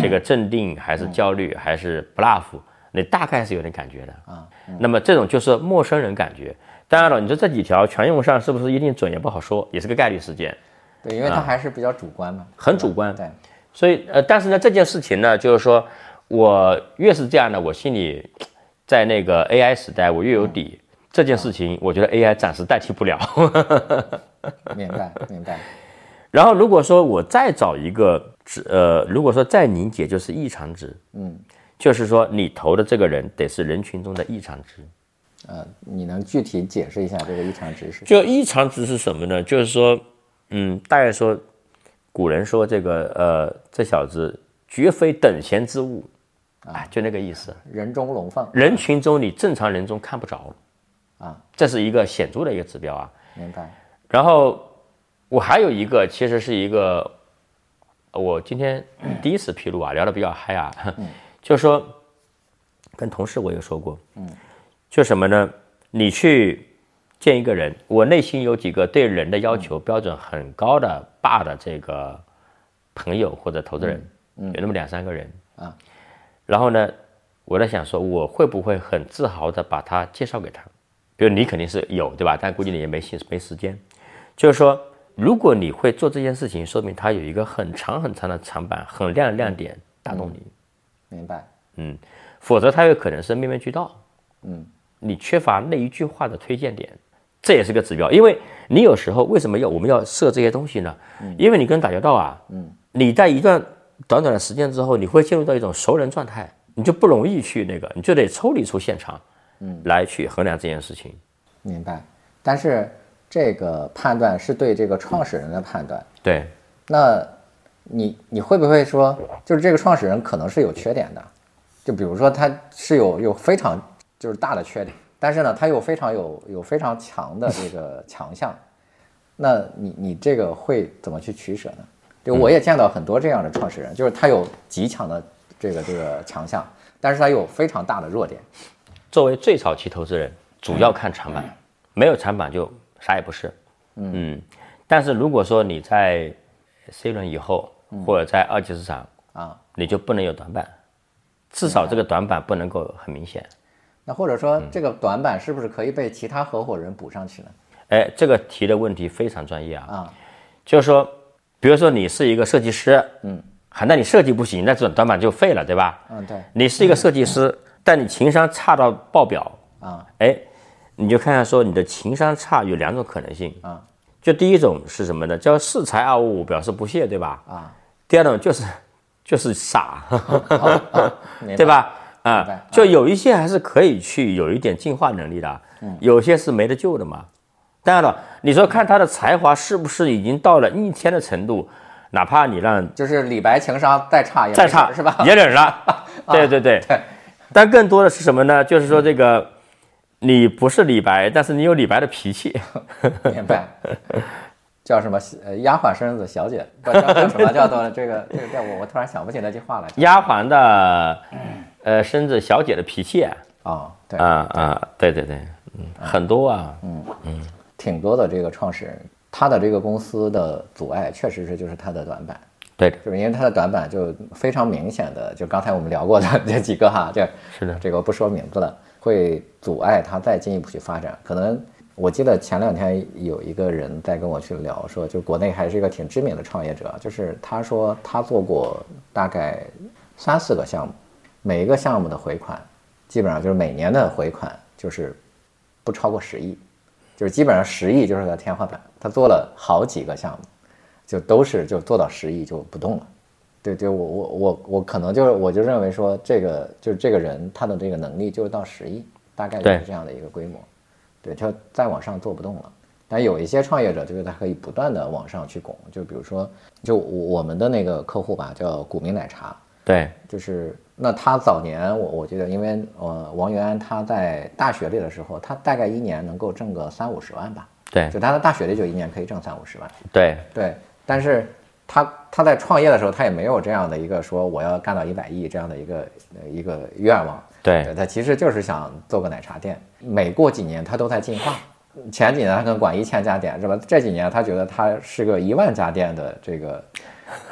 这个镇定还是焦虑还是 bluff，你大概是有点感觉的啊。那么这种就是陌生人感觉。当然了，你说这几条全用上是不是一定准也不好说，也是个概率事件，
对，因为
啊
他还是比较主观嘛，
很主观。
对，
所以呃，但是呢，这件事情呢，就是说我越是这样呢，我心里在那个 AI 时代我越有底。这件事情，我觉得 AI 暂时代替不了。
明白明白，
然后如果说我再找一个值，呃，如果说再凝结就是异常值，嗯，就是说你投的这个人得是人群中的异常值。
呃，你能具体解释一下这个异常值是？
就异常值是什么呢？就是说，嗯，大概说，古人说这个呃，这小子绝非等闲之物，啊，就那个意思。
人中龙凤，
人群中你正常人中看不着，
啊，
这是一个显著的一个指标啊。
明白
然后我还有一个，其实是一个呃我今天第一次披露啊，聊得比较嗨啊， 就是说跟同事我也说过，嗯，就什么呢？你去见一个人，我内心有几个对人的要求标准很高的爸的这个朋友或者投资人，有那么两三个人
啊。
然后呢，我在想说，我会不会很自豪的把他介绍给他？比如你肯定是有对吧？但估计你也没心没时间。就是说，如果你会做这件事情，说明他有一个很长很长的长板，很亮的亮点打动你。
明白。
否则它有可能是面面俱到。嗯，你缺乏那一句话的推荐点，这也是个指标。因为你有时候为什么要我们要设这些东西呢？因为你跟人打交道啊，嗯，你在一段短短的时间之后，你会进入到一种熟人状态，你就不容易去那个，你就得抽离出现场，嗯，来去衡量这件事情。
明白，但是这个判断是对这个创始人的判断。
对，
那你你会不会说，就是这个创始人可能是有缺点的，就比如说他是有有非常就是大的缺点，但是呢，他又非常有有非常强的这个强项，那你你这个会怎么去取舍呢？就我也见到很多这样的创始人，就是他有极强的这个这个强项，但是他有非常大的弱点。
作为最早期投资人，主要看长板，没有长板就啥也不是。嗯，但是如果说你在 C 轮以后，或者在二级市场
啊，
你就不能有短板，至少这个短板不能够很明显。
那或者说这个短板是不是可以被其他合伙人补上去呢？
哎，这个提的问题非常专业啊。
啊，
就是说，比如说你是一个设计师，嗯，好，那你设计不行，那这种短板就废了，对吧？
嗯，对，
你是一个设计师，但你情商差到爆表
啊，
哎，你就看看说你的情商差有两种可能性
啊，
就第一种是什么呢？叫恃才而傲，表示不屑，对吧？
啊，
第二种就是就是 傻，
明白
对吧？啊、
明白
就有一些还是可以去有一点进化能力的，
嗯
有些是没得救的嘛。当然了，你说看他的才华是不是已经到了逆天的程度，哪怕你让
就是李白情商再差也没
再
事儿
差
是吧？
也忍了。对对对。但更多的是什么呢？就是说这个，你不是李白，但是你有李白的脾气。
明白。叫什么？呃，丫鬟身子小姐，不叫叫什么？叫做这个这个叫我我突然想不起那句话来着。
丫鬟的，呃，身子小姐的脾气啊
哦，对，
啊啊，对对对，嗯，很多啊，
挺多的这个创始人，他的这个公司的阻碍确实是就是他的短板，
对的，
就是因为他的短板就非常明显的，就刚才我们聊过的 这几个哈，这
是的，
这个我不说名字了，会阻碍他再进一步去发展。可能我记得前两天有一个人在跟我去聊说，就国内还是一个挺知名的创业者，就是他说他做过大概三四个项目，每一个项目的回款基本上就是每年的回款就是不超过十亿，就是基本上十亿就是他的天花板。他做了好几个项目，就都是就做到十亿就不动了。对对，我我我我可能就是我就认为说这个就是这个人他的这个能力就是到十亿，大概就是
对
这样的一个规模，对，就再往上做不动了。但有一些创业者就是他可以不断的往上去拱，就比如说就我我们的那个客户吧，叫古茗奶茶，
对，
就是那他早年我我觉得，因为呃王源安他在大学里的时候，他大概一年能够挣个三五十万吧，
对
就，他的大学里就一年可以挣三五十万，
对，
对，但是他他在创业的时候，他也没有这样的一个说我要干到一百亿这样的一个呃一个愿望，
对，
他其实就是想做个奶茶店，每过几年他都在进化。前几年他可能管一千家店是吧？这几年他觉得他是个一万家店的这个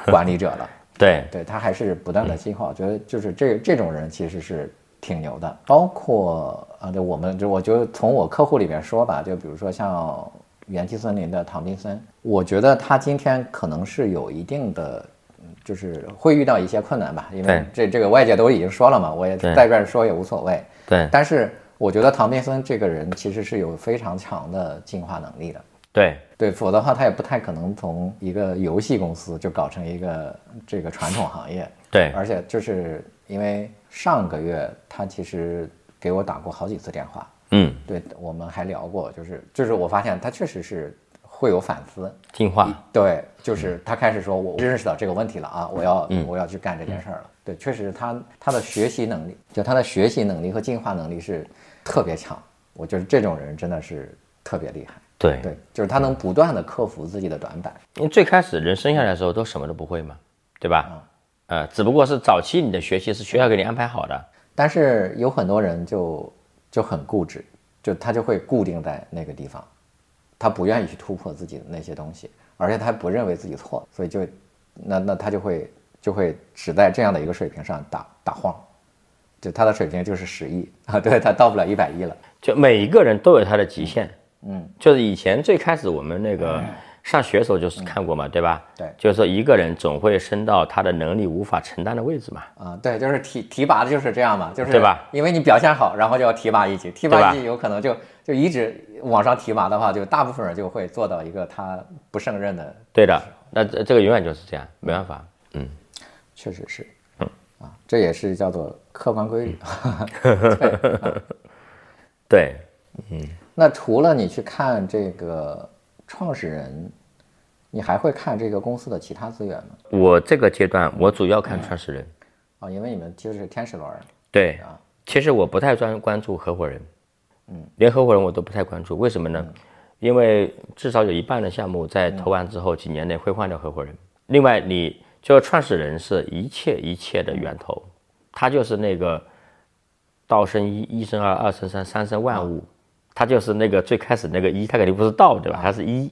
管理者了，
对，
对他还是不断
嗯
的进化。我觉得就是这这种人其实是挺牛的，包括啊，对我们就我就从我客户里面说吧，就比如说像元气森林的唐斌森，我觉得他今天可能是有一定的。嗯就是会遇到一些困难吧，因为这这个外界都已经说了嘛，我也
对
在这儿说也无所谓。
对，
但是我觉得唐斌森这个人其实是有非常强的进化能力的，
对，
对，否则的话他也不太可能从一个游戏公司就搞成一个这个传统行业。
对，
而且就是因为上个月他其实给我打过好几次电话，
嗯，
对我们还聊过，就是就是我发现他确实是会有反思，
进化，
对，就是他开始说我认识到这个问题了啊，我要、我要去干这件事儿了。对，确实他他的学习能力，就他的学习能力和进化能力是特别强，我觉得这种人真的是特别厉害。
对，
对，就是他能不断的克服自己的短板。
因为最开始人生下来的时候都什么都不会嘛，对吧？呃，只不过是早期你的学习是学校给你安排好的，
但是有很多人就就很固执，就他就会固定在那个地方，他不愿意去突破自己的那些东西，而且他不认为自己错，所以就那那他就会就会只在这样的一个水平上打打晃，就他的水平就是十亿 啊，对他到不了一百亿了。
就每一个人都有他的极限，嗯，就是以前最开始我们那个上学的时候就是看过嘛，对吧？
对
就是说一个人总会升到他的能力无法承担的位置嘛。
啊、对，就是提提拔的就是这样嘛，就是
对吧？
因为你表现好，然后就要提拔一级，提
对
拔
吧
一级有可能就就一直往上提拔的话，就大部分人就会做到一个他不胜任的，
对的，那这这个永远就是这样，没办法。嗯，
确实是，啊，这也是叫做客观规律。 对
对，
那除了你去看这个创始人，你还会看这个公司的其他资源吗？
我这个阶段我主要看创始人，
啊、因为你们就是天使轮儿，
对，其实我不太专关注合伙人，嗯，连合伙人我都不太关注，为什么呢？因为至少有一半的项目在投完之后几年内会换掉合伙人。另外，你就是创始人是一切一切的源头，他就是那个道生一，一生二，二生三，三生万物，他就是那个最开始那个一，他肯定不是道，对吧？他是一，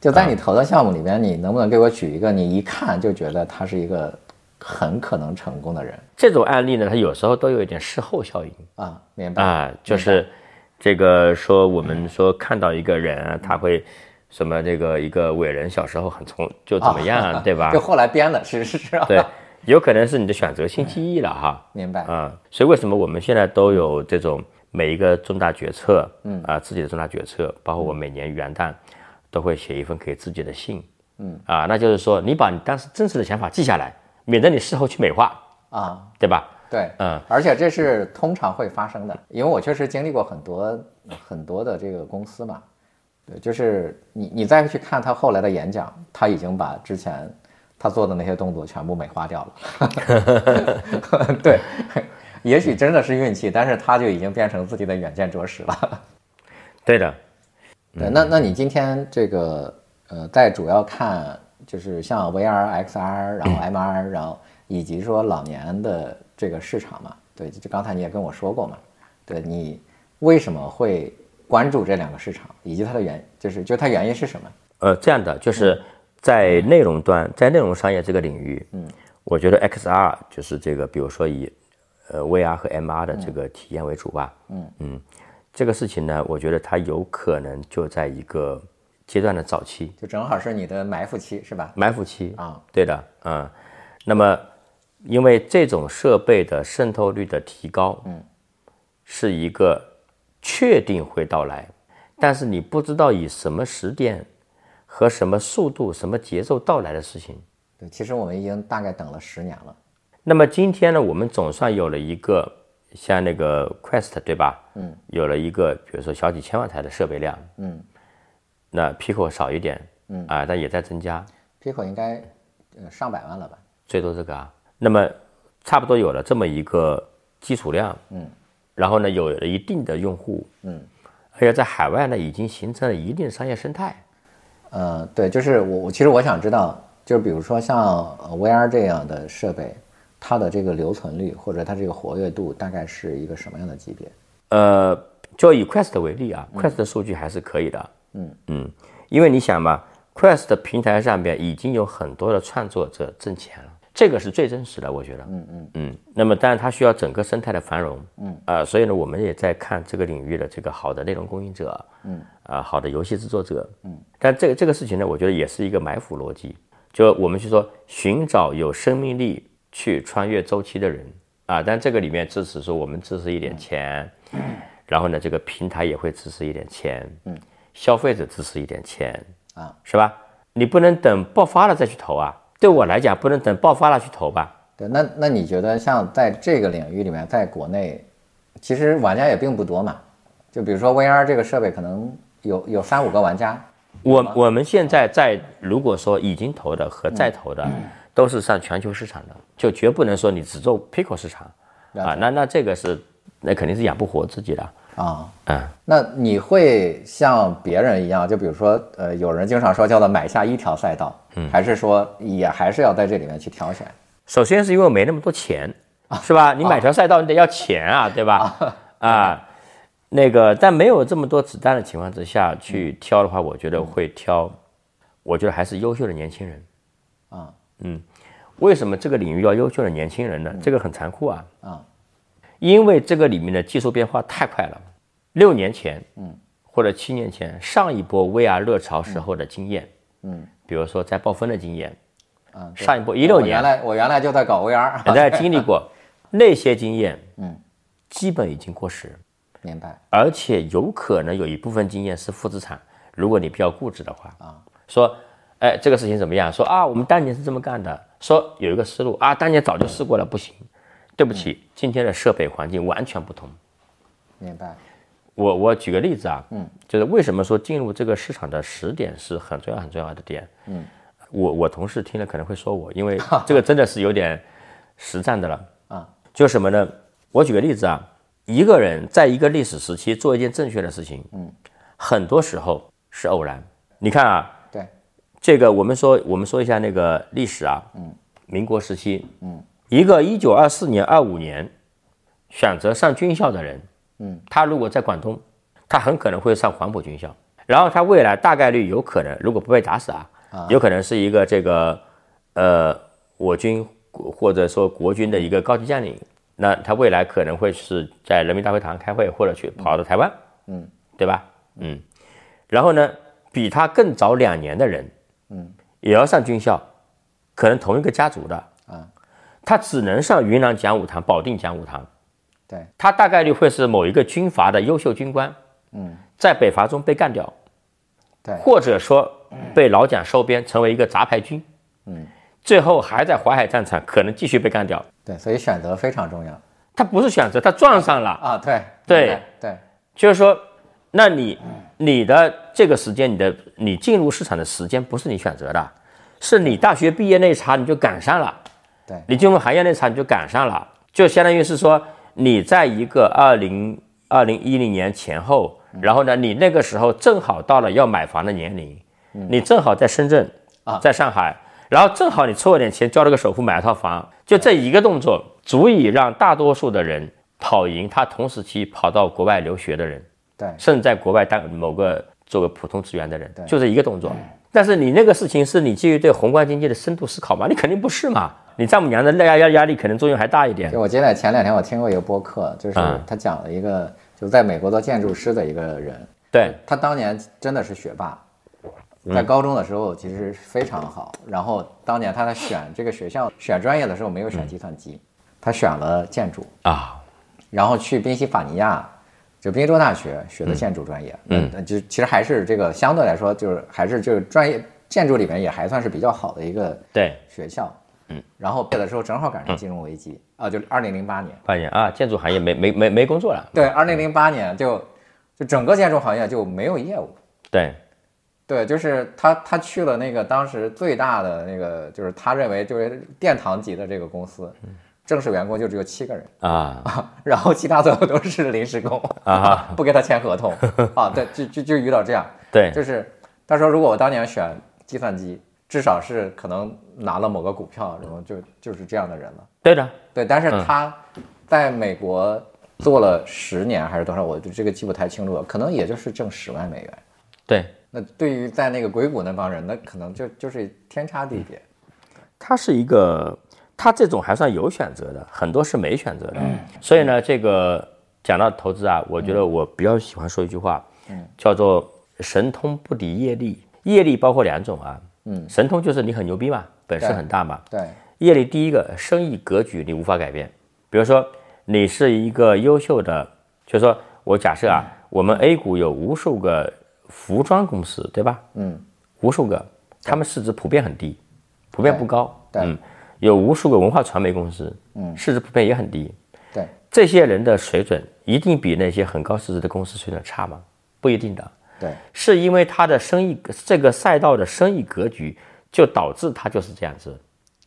就
啊
在你投的项目里边，你能不能给我举一个你一看就觉得他是一个很可能成功的人
这种案例呢，它有时候都有一点事后效应
啊？明白。
啊，就是这个说我们说看到一个人啊，他会什么这个一个伟人小时候很从就怎么样啊，对吧
就？后来编的，是是是啊，
对，有可能是你的选择性记忆了哈。
明白。
啊，所以为什么我们现在都有这种每一个重大决策，嗯啊，自己的重大决策，包括我每年元旦都会写一封给自己的信，嗯啊，那就是说你把你当时真实的想法记下来，免得你事后去美化，
啊，
对吧？
对，
嗯，
而且这是通常会发生的，因为我确实经历过很多很多的这个公司嘛，对，就是你你再去看他后来的演讲，他已经把之前他做的那些动作全部美化掉了， 对，也许真的是运气，但是他就已经变成自己的远见卓识了。
对的，
对，那那你今天这个呃，在主要看就是像 VR、XR，然后 MR，然后以及说老年的这个市场嘛，对，就刚才你也跟我说过嘛，对你为什么会关注这两个市场，以及它的原就是就它原因是什么？
呃，这样的就是在内容端，在内容商业这个领域，嗯，我觉得 XR 就是这个，比如说以呃 VR 和 MR 的这个体验为主吧，嗯这个事情呢，我觉得它有可能就在一个阶段的早期
就正好是你的埋伏期是吧？
埋伏期
啊，
对的，嗯，那么因为这种设备的渗透率的提高，嗯，是一个确定会到来，但是你不知道以什么时点和什么速度、什么节奏到来的事情。
对，其实我们已经大概等了十年了，
那么今天呢，我们总算有了一个像那个 Quest 对吧？嗯，有了一个比如说小几千万台的设备量，嗯，那 Pico 少一点，嗯啊，但也在增加，
，Pico 应该呃上百万了吧？
最多这个啊。那么差不多有了这么一个基础量，嗯，然后呢，有了一定的用户，嗯，而且在海外呢，已经形成了一定的商业生态。
呃，对，就是我，我其实我想知道，就是比如说像呃 VR 这样的设备，它的这个留存率或者它这个活跃度大概是一个什么样的级别？
呃，就以 Quest 为例啊、q u e s t 的数据还是可以的。嗯嗯，因为你想嘛，Quest 平台上面已经有很多的创作者挣钱了，这个是最真实的，我觉得。嗯嗯嗯。那么，当然它需要整个生态的繁荣。嗯啊、所以呢，我们也在看这个领域的这个好的内容供应者。嗯啊、好的游戏制作者。嗯，但这个这个事情呢，我觉得也是一个埋伏逻辑，就我们去说寻找有生命力去穿越周期的人。啊，但这个里面支持说我们支持一点钱，然后呢，这个平台也会支持一点钱，嗯，消费者支持一点钱
啊，
是吧？你不能等爆发了再去投啊。对我来讲，不能等爆发了去投吧。
对，那那你觉得像在这个领域里面，在国内，其实玩家也并不多嘛？就比如说 VR 这个设备，可能有有三五个玩家，
我我们现在在如果说已经投的和再投的，都是上全球市场的，就绝不能说你只做 Pico 市场啊。那那这个是，那肯定是养不活自己的。
啊，
嗯，
那你会像别人一样，就比如说，呃，有人经常说叫做买下一条赛道，嗯，还是说也还是要在这里面去挑选？
首先是因为啊 我没那么多钱，是吧？你买条赛道，你得要钱啊，对吧？啊，那个，但没有这么多子弹的情况之下去挑的话，我觉得会挑，我觉得还是优秀的年轻人。
啊，
嗯，为什么这个领域要优秀的年轻人呢？这个很残酷啊。
嗯啊，
因为这个里面的技术变化太快了。六年前，嗯，或者七年前，上一波 VR 热潮时候的经验，
嗯，
比如说在暴风的经验，
啊，对
上一波一六
我原
年哎
来我原来就在搞 VR，
大家经历过那些经验，
嗯，
基本已经过时。
明白
而且有可能有一部分经验是负资产，如果你比较固执的话啊，说，哎，这个事情怎么样？说啊，我们当年是这么干的，说有一个思路啊，当年早就试过了，不行，对不起，今天的设备环境完全不同。
明白，
我我举个例子啊，嗯，就是为什么说进入这个市场的时点是很重要很重要的点，嗯，我我同事听了可能会说我，因为这个真的是有点实战的了
啊，
就是什么呢？我举个例子啊，一个人在一个历史时期做一件正确的事情，嗯，很多时候是偶然。你看啊，
对，
这个我们说我们说一下那个历史啊，嗯，民国时期，嗯，一个一九二四年二五年选择上军校的人，嗯，他如果在广东，他很可能会上黄埔军校，然后他未来大概率有可能，如果不被打死啊，有可能是一个这个呃我军或者说国军的一个高级将领，那他未来可能会是在人民大会堂开会，或者去跑到台湾，嗯，对吧？嗯，然后呢，比他更早两年的人，嗯，也要上军校，可能同一个家族的啊，他只能上云南讲武堂、保定讲武堂，
对，
他大概率会是某一个军阀的优秀军官，嗯，在北伐中被干掉，
对
或者说被老蒋收编，成为一个杂牌军，嗯，最后还在淮海战场可能继续被干掉。
对，所以选择非常重要
他不是选择，他撞上了，
啊，对
对
明白对，
就是说，那你你的这个时间，你的你进入市场的时间不是你选择的，是你大学毕业那一茬你就赶上了，
对
你进入行业那一茬你就赶上了，就相当于是说你在一个二零二零一零年前后，
嗯
然后呢，你那个时候正好到了要买房的年龄，你正好在深圳
嗯啊
在上海，然后正好你凑了点钱交了个首付买了套房，就这一个动作足以让大多数的人跑赢他同时期跑到国外留学的人。
对
甚至在国外当某个做个普通职员的人
对，
就这一个动作。但是你那个事情是你基于对宏观经济的深度思考吗？你肯定不是嘛。你丈母娘的压压压力可能作用还大一点
就。我记得前两天我听过一个播客，就是
嗯
他讲了一个就是在美国做建筑师的一个人，
对，
他当年真的是学霸，
嗯
在高中的时候其实非常好。然后当年他在选这个学校、选专业的时候没
嗯
有选计算机，他选了建筑，
啊，
然后去宾夕法尼亚，就宾州大学学的建筑专业。
嗯
那，那就其实还是这个相对来说就是还是就是专业建筑里面也还算是比较好的一个
对，
学校。嗯，然后毕业的时候正好赶上金融危机啊，就二零零八年。
发现啊，建筑行业没没没没工作了。
对，二零零八年就就整个建筑行业就没有业务。
对，
对，就是他，他去了那个当时最大的那个，就是他认为就是殿堂级的这个公司，正式员工就只有七个人，
啊
然后其他所有都是临时工，
啊，
不跟他签 合同啊，对，就就就遇到这样，
对
就是他说如果我当年选计算机，至少是可能拿了某个股票，然后就就是这样的人了。
对的，
对，
嗯
但是他在美国做了十年还是多少，我就这个记不太清楚了，可能也就是挣十万美元。
对，
那对于在那个硅谷那帮人，那可能就就是天差地别。
嗯它是一个，它这种还算有选择的，很多是没选择的。
嗯
所以呢，这个讲到投资啊，我觉得我比较喜欢说一句话，
嗯
叫做“神通不敌业力”。业力包括两种啊，嗯，神通就是你很牛逼嘛，本事
对
很大嘛。
对
业力第一个，生意格局你无法改变，比如说你是一个优秀的，就是说我假设
嗯
啊，我们 A 股有无数个服装公司，对吧？
嗯，
无数个，他们市值普遍很低，普遍不高。
对
嗯，有无数个文化传媒公司，嗯，市值普遍也很低。
对
这些人的水准一定比那些很高市值的公司水准差吗？不一定的，
对
是因为他的生意这个赛道的生意格局，就导致他就是这样子。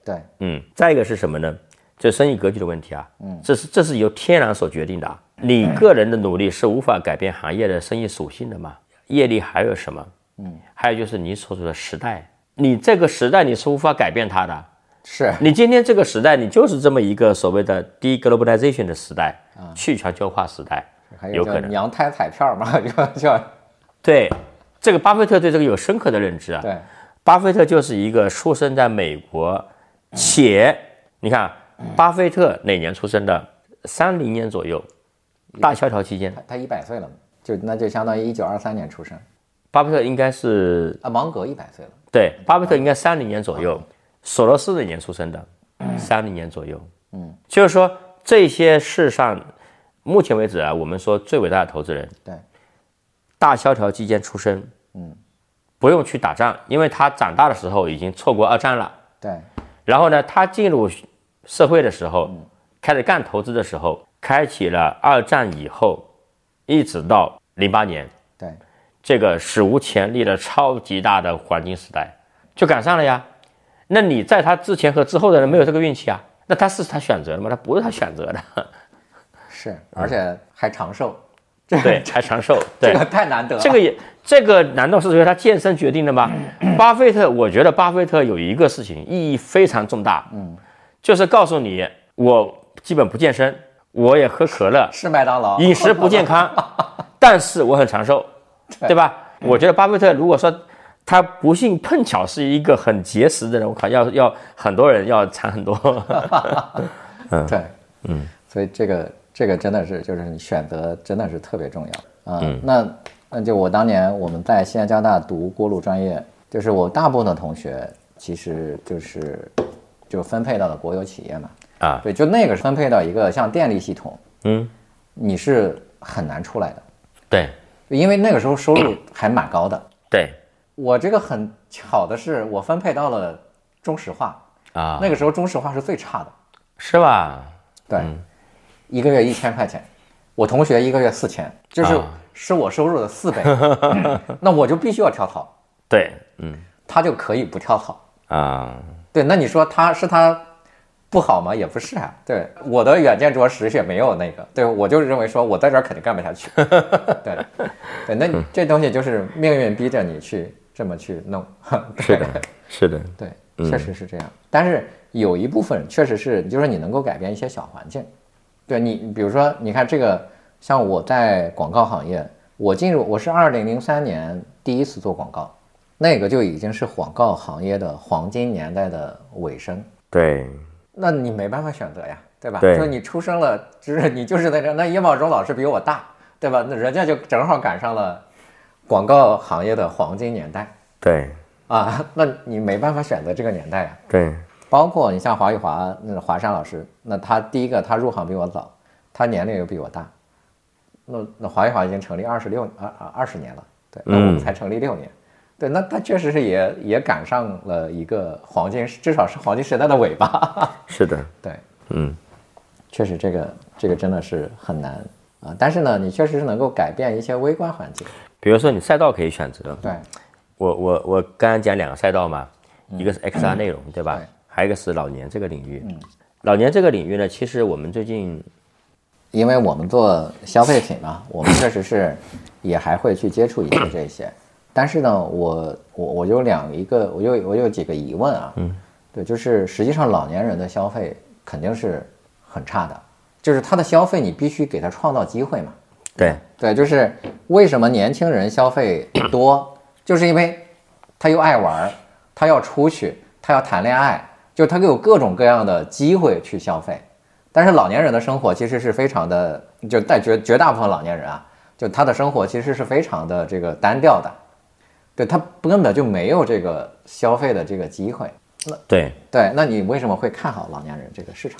对
嗯，再一个是什么呢？这生意格局的问题啊，嗯，这是这是由天然所决定的啊，你个人的努力是无法改变行业的生意属性的嘛。业力还有什么？嗯，还有就是你所处的时代，你这个时代你是无法改变它的。啊
是，
你今天这个时代，你就是这么一个所谓的 deglobalization 的时代，去全球化时代，
还
有
有
可
叫
能
你要太彩票嘛， 就就
对，这个巴菲特对这个有深刻的认知啊。
对
巴菲特就是一个出生在美国，且你看啊，巴菲特哪年出生的？三零年左右，大萧条期间，
他他一百岁了嘛，就那就相当于一九二三年出生
巴菲特应该是
啊，芒格一百岁了，
对，巴菲特应该三零年左右，索罗斯哪年出生的？三零年左右。嗯，就是说这些世上，目前为止啊，我们说最伟大的投资人，
对，
大萧条期间出生，嗯，不用去打仗，因为他长大的时候已经错过二战了。
对
然后呢，他进入社会的时候，开始干投资的时候，开启了二战以后，一直到零八年
对
这个史无前例的超级大的黄金时代，就赶上了呀。那你在他之前和之后的人没有这个运气啊？那他是他选择的吗？他不是他选择 的，
是，嗯而且还长寿，
对，才长寿，对
这。个太难得了，
这个也，这个难道是由他健身决定的吗？巴菲特，我觉得巴菲特有一个事情意义非常重大，嗯，就是告诉你，我基本不健身，我也喝可乐，
是麦当劳，
饮食不健 康，但是我很长寿，对吧？
嗯
我觉得巴菲特如果说他不幸碰巧是一个很节食的人，我靠，要要很多人要惨 很多，
对，嗯，所以这个这个真的是就是你选择真的是特别重要啊、那那就我当年我们在西安交大读锅炉专业，就是我大部分的同学其实就是就分配到了国有企业嘛
啊
对，就那个分配到一个像电力系统，
嗯，
你是很难出来的，
对
因为那个时候收入还蛮高的。
对
我这个很巧的是，我分配到了中石化，
啊，
那个时候中石化是最差的。
是吧？
对，
嗯
一个月一千块钱，我同学一个月四千，就是
啊
是我收入的 四倍，那我就必须要跳槽，
对，嗯
他就可以不跳槽。
啊，
对，那你说他是他不好吗？也不是啊。对，我的远见卓识也没有那个，对我就认为说我在这儿肯定干不下去。 对，对，那
嗯
你这东西就是命运逼着你去这么去弄。
是的，是的，
对，确实是这样。但是有一部分确实是，就是你能够改变一些小环境。对你，比如说，你看这个，像我在广告行业，我进入我是二零零三年第一次做广告，那个就已经是广告行业的黄金年代的尾声。
对。
那你没办法选择呀，对吧？
对
就是你出生了，就是你就是那个，那叶茂中老师比我大，对吧？那人家就正好赶上了广告行业的黄金年代
对
啊，那你没办法选择这个年代呀。啊
对
包括你像华玉华，那华山老师，那他第一个他入行比我早，他年龄又比我大，那那华玉华已经成立二十六二二十年了，对，那我们
嗯
才成立六年，对，那他确实是也也赶上了一个黄金时，至少是黄金时代的尾巴，
是的，
对，
嗯，
确实这个这个真的是很难啊，但是呢，你确实是能够改变一些微观环境，
比如说你赛道可以选择，
对
我我我刚刚讲两个赛道嘛，一个是 XR 内容，对吧
嗯对？嗯
还有一个是老年这个领域。老年这个领域呢，其实我们最近
因为我们做消费品嘛，我们确实是也还会去接触一些这些。但是呢，我我我有两一个，我有我有几个疑问啊。嗯，对，就是实际上老年人的消费肯定是很差的，就是他的消费你必须给他创造机会嘛。
对
对，就是为什么年轻人消费多，就是因为他又爱玩儿，他要出去，他要谈恋爱，就他有各种各样的机会去消费。但是老年人的生活其实是非常的，就在绝绝大部分老年人啊，就他的生活其实是非常的这个单调的，对他根本就没有这个消费的这个机会。
对，
对，那你为什么会看好老年人这个市场？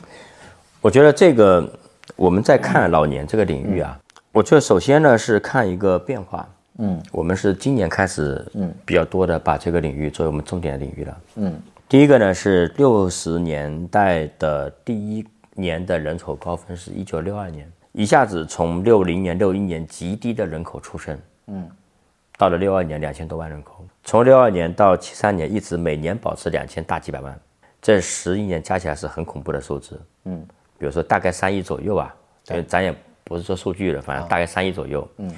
我觉得这个我们在看老年这个领域啊，我觉得首先呢是看一个变化。
嗯，
我们是今年开始，嗯，比较多的把这个领域作为我们重点领域了。
嗯，
第一个呢是六十年代的第一年的人口高峰是一九六二年，一下子从六零年、六一年极低的人口出生，嗯，到了六二年两千多万人口，从六二年到七三年一直每年保持两千大几百万，这十一年加起来是很恐怖的数字，嗯，比如说大概三亿左右啊，因为咱也不是说数据了，反正大概三亿左右，啊嗯，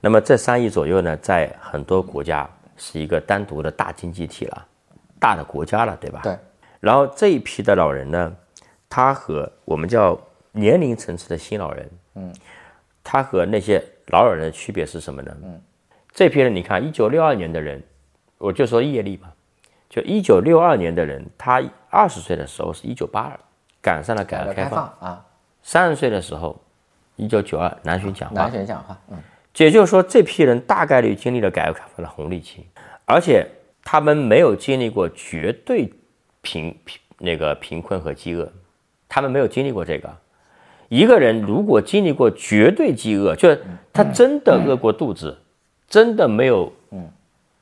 那么这三亿左右呢，在很多国家是一个单独的大经济体了。大的国家了，对吧？
对，
然后这一批的老人呢，他和我们叫年龄层次的新老人，嗯，他和那些老尔人的区别是什么呢？嗯，这批人你看，一九六二年的人，我就说业力嘛，就一九六二年的人，他二十岁的时候是一九八二，赶上了改革
开
开放；
啊，
三十岁的时候，一九九二南巡讲话
南，巡讲话，嗯，
也就是说，这批人大概率经历了改革开放的红利期，而且他们没有经历过绝对贫贫那个贫困和饥饿，他们没有经历过这个。一个人如果经历过绝对饥饿，就是他真的饿过肚子，真的没有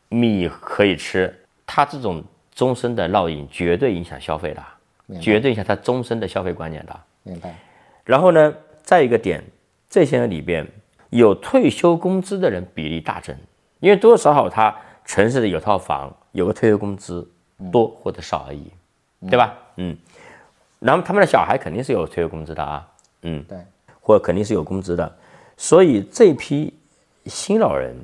米可以吃，他这种终身的烙印绝对影响消费的，绝对影响他终身的消费观念的。
明白，
然后呢，再一个点，这些人里边有退休工资的人比例大增，因为多多少少他城市里有套房，有个退休工资多或者少而已，对吧？嗯，然后他们的小孩肯定是有退休工资的啊，嗯，
对，
或者肯定是有工资的，所以这批新老人，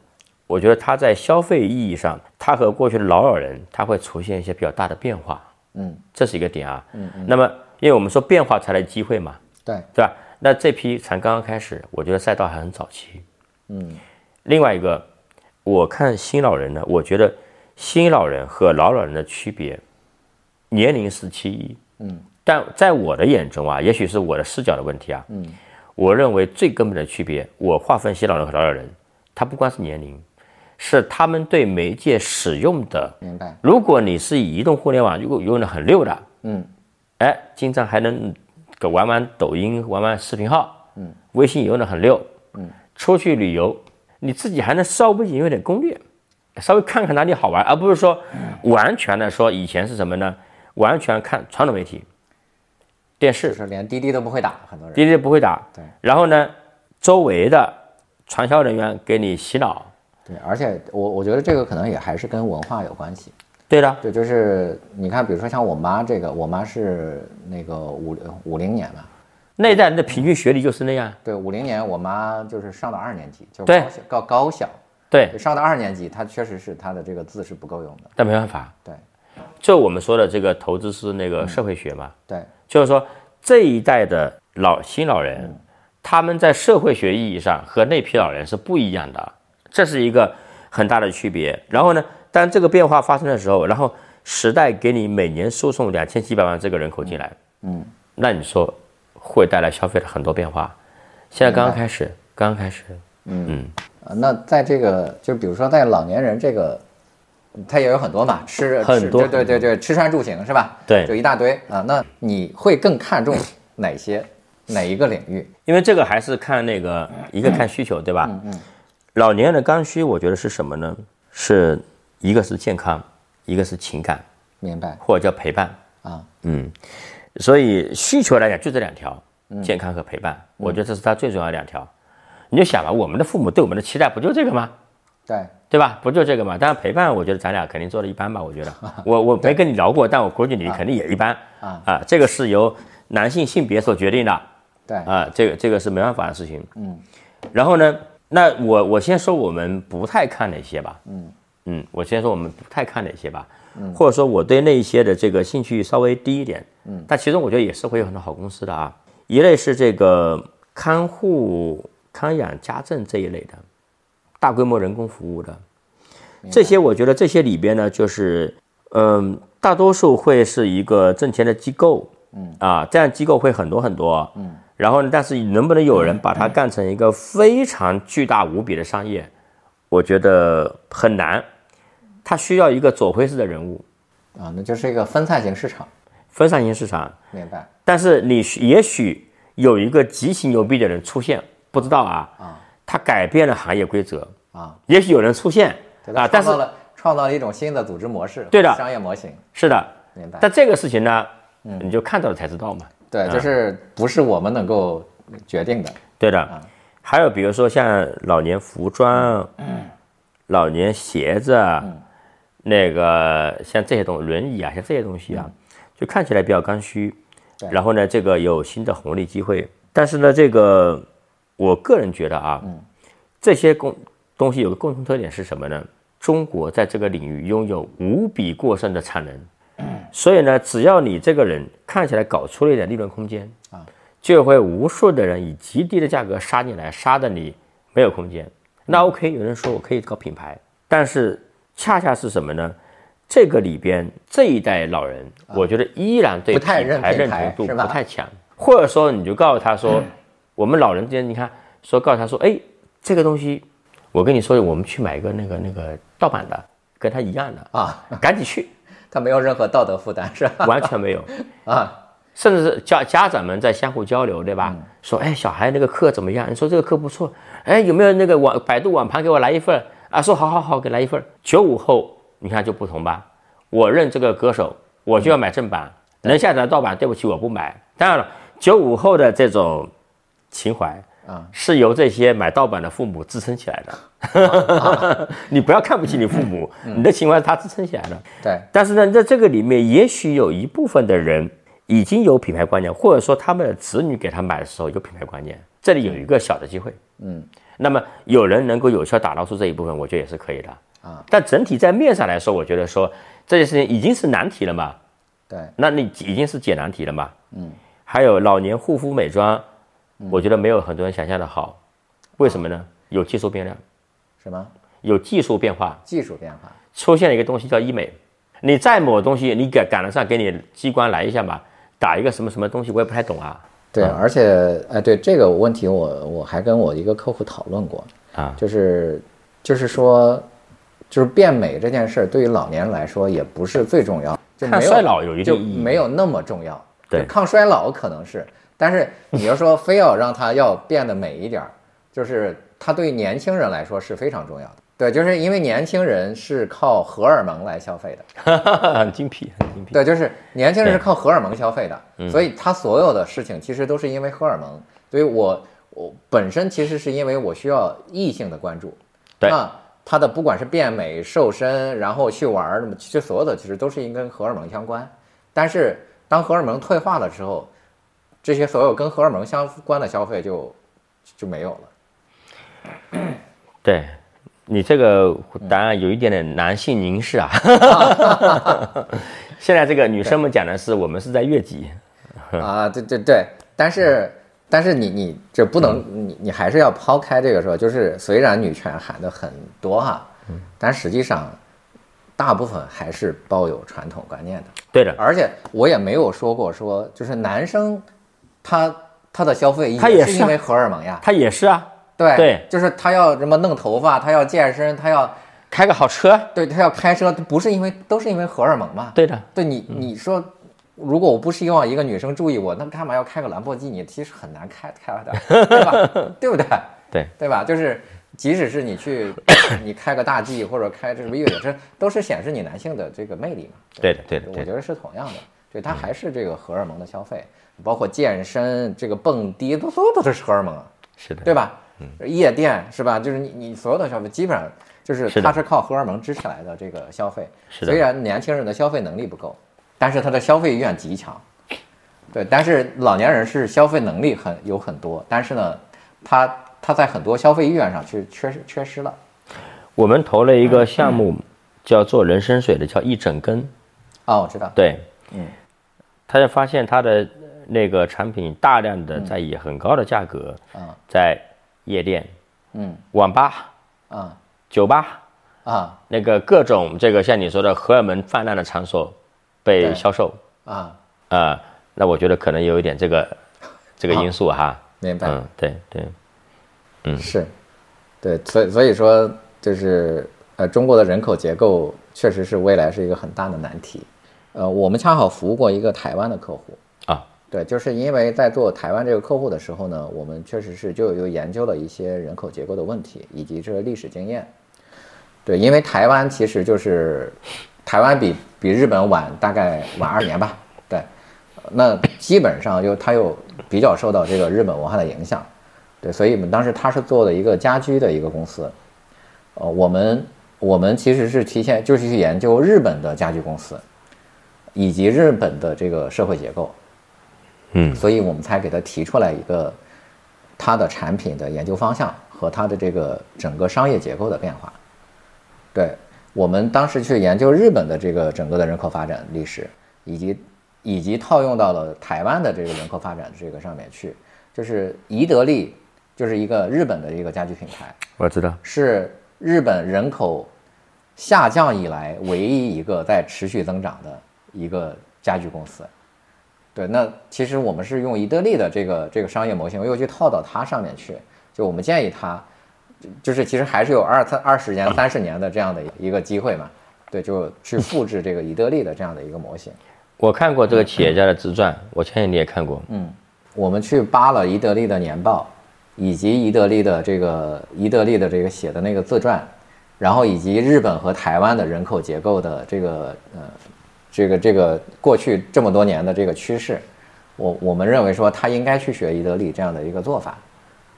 我觉得他在消费意义上，他和过去的老老人，他会出现一些比较大的变化，
嗯，
这是一个点啊，嗯那么因为我们说变化才来机会嘛，
对，
对吧？那这批才刚刚开始，我觉得赛道还很早期。嗯，另外一个，我看新老人呢，我觉得新老人和老老人的区别，年龄是其一。嗯，但在我的眼中啊，也许是我的视角的问题啊。嗯，我认为最根本的区别，我划分新老人和老老人，它不光是年龄，是他们对媒介使用的
明白，
如果你是以移动互联网如果用的很溜的，
嗯，
哎，经常还能个玩玩抖音，玩玩视频号，嗯，微信也用的很溜，嗯，出去旅游，你自己还能稍微有点攻略，稍微看看哪里好玩，而不是说完全的说以前是什么呢？完全看传统媒体，电视
就、是连滴滴都不会打，很多人，
滴滴不会打，
对，
然后呢，周围的传销人员给你洗脑，
对，而且我我觉得这个可能也还是跟文化有关系，
对的，
对，就是你看，比如说像我妈这个，我妈是那个五五零年吧，
那一代人的平均学历就是那样，
对，五零年我妈就是上到二年级，就
对
高小高高小，
对，
上到二年级，她确实是她的这个字是不够用的，
但没办法，
对嗯
就我们说的这个投资是那个社会学嘛，
对，
就是说这一代的老新老人，
嗯
他们在社会学意义上和那批老人是不一样的，这是一个很大的区别。然后呢，当这个变化发生的时候，然后时代给你每年输送两千几百万这个人口进来，
嗯，
那你说会带来消费的很多变化。现在刚刚开始，刚刚开始，
呃那在这个就比如说在老年人这个，他也有很多嘛，吃
很
吃
多
对对对对，吃穿住行是吧？
对
就一大堆啊。那你会更看重哪些哪一个领域？
因为这个还是看那个一个看需求，对吧？老年人的刚需，我觉得是什么呢？是一个是健康，一个是情感，
明白
或者叫陪伴。嗯
啊？
所以需求来讲，就这两条，健康和陪伴，我觉得这是它最重要的两条。你就想吧，我们的父母对我们的期待不就这个吗？
对，
对吧？不就这个嘛？当然陪伴，我觉得咱俩肯定做的一般吧。我觉 得我我没跟你聊过，但我估计你肯定也一般啊这个是由男性性别所决定的。
对
啊，这个这个是没办法的事情。嗯，然后呢，那我我先说我们不太看哪些吧。嗯嗯，我先说我们不太看哪些吧。嗯，或者说我对那一些的这个兴趣稍微低一点。嗯，但其中我觉得也是会有很多好公司的啊。一类是这个看护、康养、家政这一类的，大规模人工服务的。这些我觉得这些里边呢，就是嗯、大多数会是一个挣钱的机构，嗯啊，这样机构会很多很多，嗯，然后呢，但是能不能有人把它干成一个非常巨大无比的商业，我觉得很难，它需要一个左晖式的人物，
啊，那就是一个分散型市场，
分散型市场，
明白？
但是你需也许有一个极其牛逼的人出现，不知道啊，啊，他改变了行业规则
啊，
也许有人出现
对
啊，
它
但
创
是
造了创造了一种新的组织模式，
对的
商业模型，
是的，
明白？
但嗯这个事情呢，你就看到了才知道嘛。
对，就是不是我们能够决定的，
对的，还有比如说像老年服装、老年鞋子，啊那个像这些东轮椅啊，像这些东西啊，就看起来比较刚需。然后呢，这个有新的红利机会，但是呢，这个我个人觉得啊，这些共东西有个共同特点是什么呢？中国在这个领域拥有无比过剩的产能，所以呢，只要你这个人看起来搞出了一点利润空间啊，就会无数的人以极低的价格杀进来，杀的你没有空间。
嗯
那 OK，有人说我可以搞品牌，但是恰恰是什么呢？这个里边这一代老人，我觉得依然对
不太
品
认
牌
品
认
牌
同度
是
不
吧嗯
太强，或者说你就告诉他说，我们老人之间，你看说告诉他说，哎，这个东西，我跟你说，我们去买一个那个那个盗版的，跟他一样 的，
啊，
赶紧去，
他没有任何道德负担是吧？
完全没有。
啊，
甚至是家家长们在相互交流，对吧？说，哎，小孩那个课怎么样？你说这个课不错，哎，有没有那个网百度网盘给我来一份儿啊？说好好好，给来一份儿。九五后，你看就不同吧？我认这个歌手，我就要买正版，能下载盗版，对不起，我不买。当然了，九五后的这种情怀。
啊
是由这些买盗版的父母支撑起来的。 你不要看不起你父母，你的情怀是他支撑起来的。
对，
但是呢，在这个里面，也许有一部分的人已经有品牌观念，或者说他们的子女给他买的时候有品牌观念，这里有一个小的机会。嗯，那么有人能够有效打捞出这一部分，我觉得也是可以的。
啊，
但整体在面上来说，我觉得说这件事情已经是难题了嘛，
对，
那你已经是解难题了嘛。嗯，还有老年护肤美妆，我觉得没有很多人想象的好，为什么呢？有技术变量，
什么
有技术变化，
技术变化？
出现了一个东西叫医美，你再某东西你赶赶得上，给你机关来一下吧，打一个什么什么东西，我也不太懂 啊。
对，而且哎，对这个问题我，我还跟我一个客户讨论过
啊
就是就是说，就是变美这件事儿对于老年人来说也不是最重要，就
看
没有
衰老有一定
就
意义，
没有那么重要。
对
就抗衰老可能是，但是你要说非要让它要变得美一点儿，就是它对年轻人来说是非常重要的。对，就是因为年轻人是靠荷尔蒙来消费的，
很精辟，很精辟。
对，就是年轻人是靠荷尔蒙消费的，所以他所有的事情其实都是因为荷尔蒙。所以我我本身其实是因为我需要异性的关注，
对
那他的不管是变美、瘦身，然后去玩儿，那么其实所有的其实都是因跟荷尔蒙相关。但是当荷尔蒙退化的时候，这些所有跟荷尔蒙相关的消费就就没有了。
对你这个答案有一点点男性凝视 啊。现在这个女生们讲的是我们是在越级，
啊，对对对，但是但是你你这不能，你你还是要抛开这个说，就是虽然女权喊的很多哈，但实际上大部分还是抱有传统观念的，
对的，
而且我也没有说过说就是男生他他的消费
他也
也
是
是
啊
因为荷尔蒙呀，
她也是啊，
对
对
就是他要什么弄头发，他要健身，他要
开个好车，
对他要开车，不是因为都是因为荷尔蒙嘛，
对的，
对你，你说，如果我不希望一个女生注意我，那干嘛要开个兰博基尼？其实很难开开的，对吧？ 对不对？
对
对吧？就是，即使是 你去，你开个大 G 或者开这什么越野车，都是显示你男性的这个魅力嘛。
对的，对的，嗯
我
对的，
觉得是同样的，对，它还是这个荷尔蒙的消费，包括健身、这个蹦迪，都都都是荷尔蒙啊。
是的，
对吧？夜店是吧？就是你你所有的消费，基本上就是
是的
它是靠荷尔蒙支起来的这个消费。
是的
虽然年轻人的消费能力不够，但是他的消费意愿极强。对，但是老年人是消费能力很有很多，但是呢，他他在很多消费意愿上去缺失缺失了。
我们投了一个项目，叫做人参水的，叫一整根。
哦，我知道，
对，嗯，他就发现他的呃那个产品大量的在以很高的价格，
啊
在夜店、
嗯
网吧、
啊
酒吧
啊
那个各种这个像你说的荷尔蒙泛滥的场所被
对
销售，
啊，
啊，那我觉得可能有一点这个这个因素哈，
明白。
嗯，对对，
是，对，所以所以说就是呃，中国的人口结构确实是未来是一个很大的难题。呃，我们恰好服务过一个台湾的客户，
啊，
对，就是因为在做台湾这个客户的时候呢，我们确实是就有研究了一些人口结构的问题，以及这个历史经验。对，因为台湾其实就是台湾比比日本晚大概晚二年吧，对，那基本上就它又比较受到这个日本文化的影响，对，所以我们当时他是做的一个家居的一个公司，呃，我们我们其实是提前就是去研究日本的家居公司，以及日本的这个社会结构，
嗯
所以我们才给他提出来一个它的产品的研究方向和它的这个整个商业结构的变化。对我们当时去研究日本的这个整个的人口发展历史，以及以及套用到了台湾的这个轮廓发展这个上面去，就是宜得利，就是一个日本的一个家居品牌，
我知道，
是日本人口下降以来唯一一个在持续增长的一个家居公司。对，那其实我们是用宜得利的这个这个商业模型又去套到它上面去，就我们建议它，就就是其实还是有二三二十年、三十年的这样的一个机会嘛。对，就去复制这个宜得利的这样的一个模型。
我看过这个企业家的自传，我相信你也看过。
嗯，我们去扒了宜得利的年报，以及宜得利的这个宜得利的这个写的那个自传，然后以及日本和台湾的人口结构的这个呃这个这个过去这么多年的这个趋势，我我们认为说他应该去学宜得利这样的一个做法。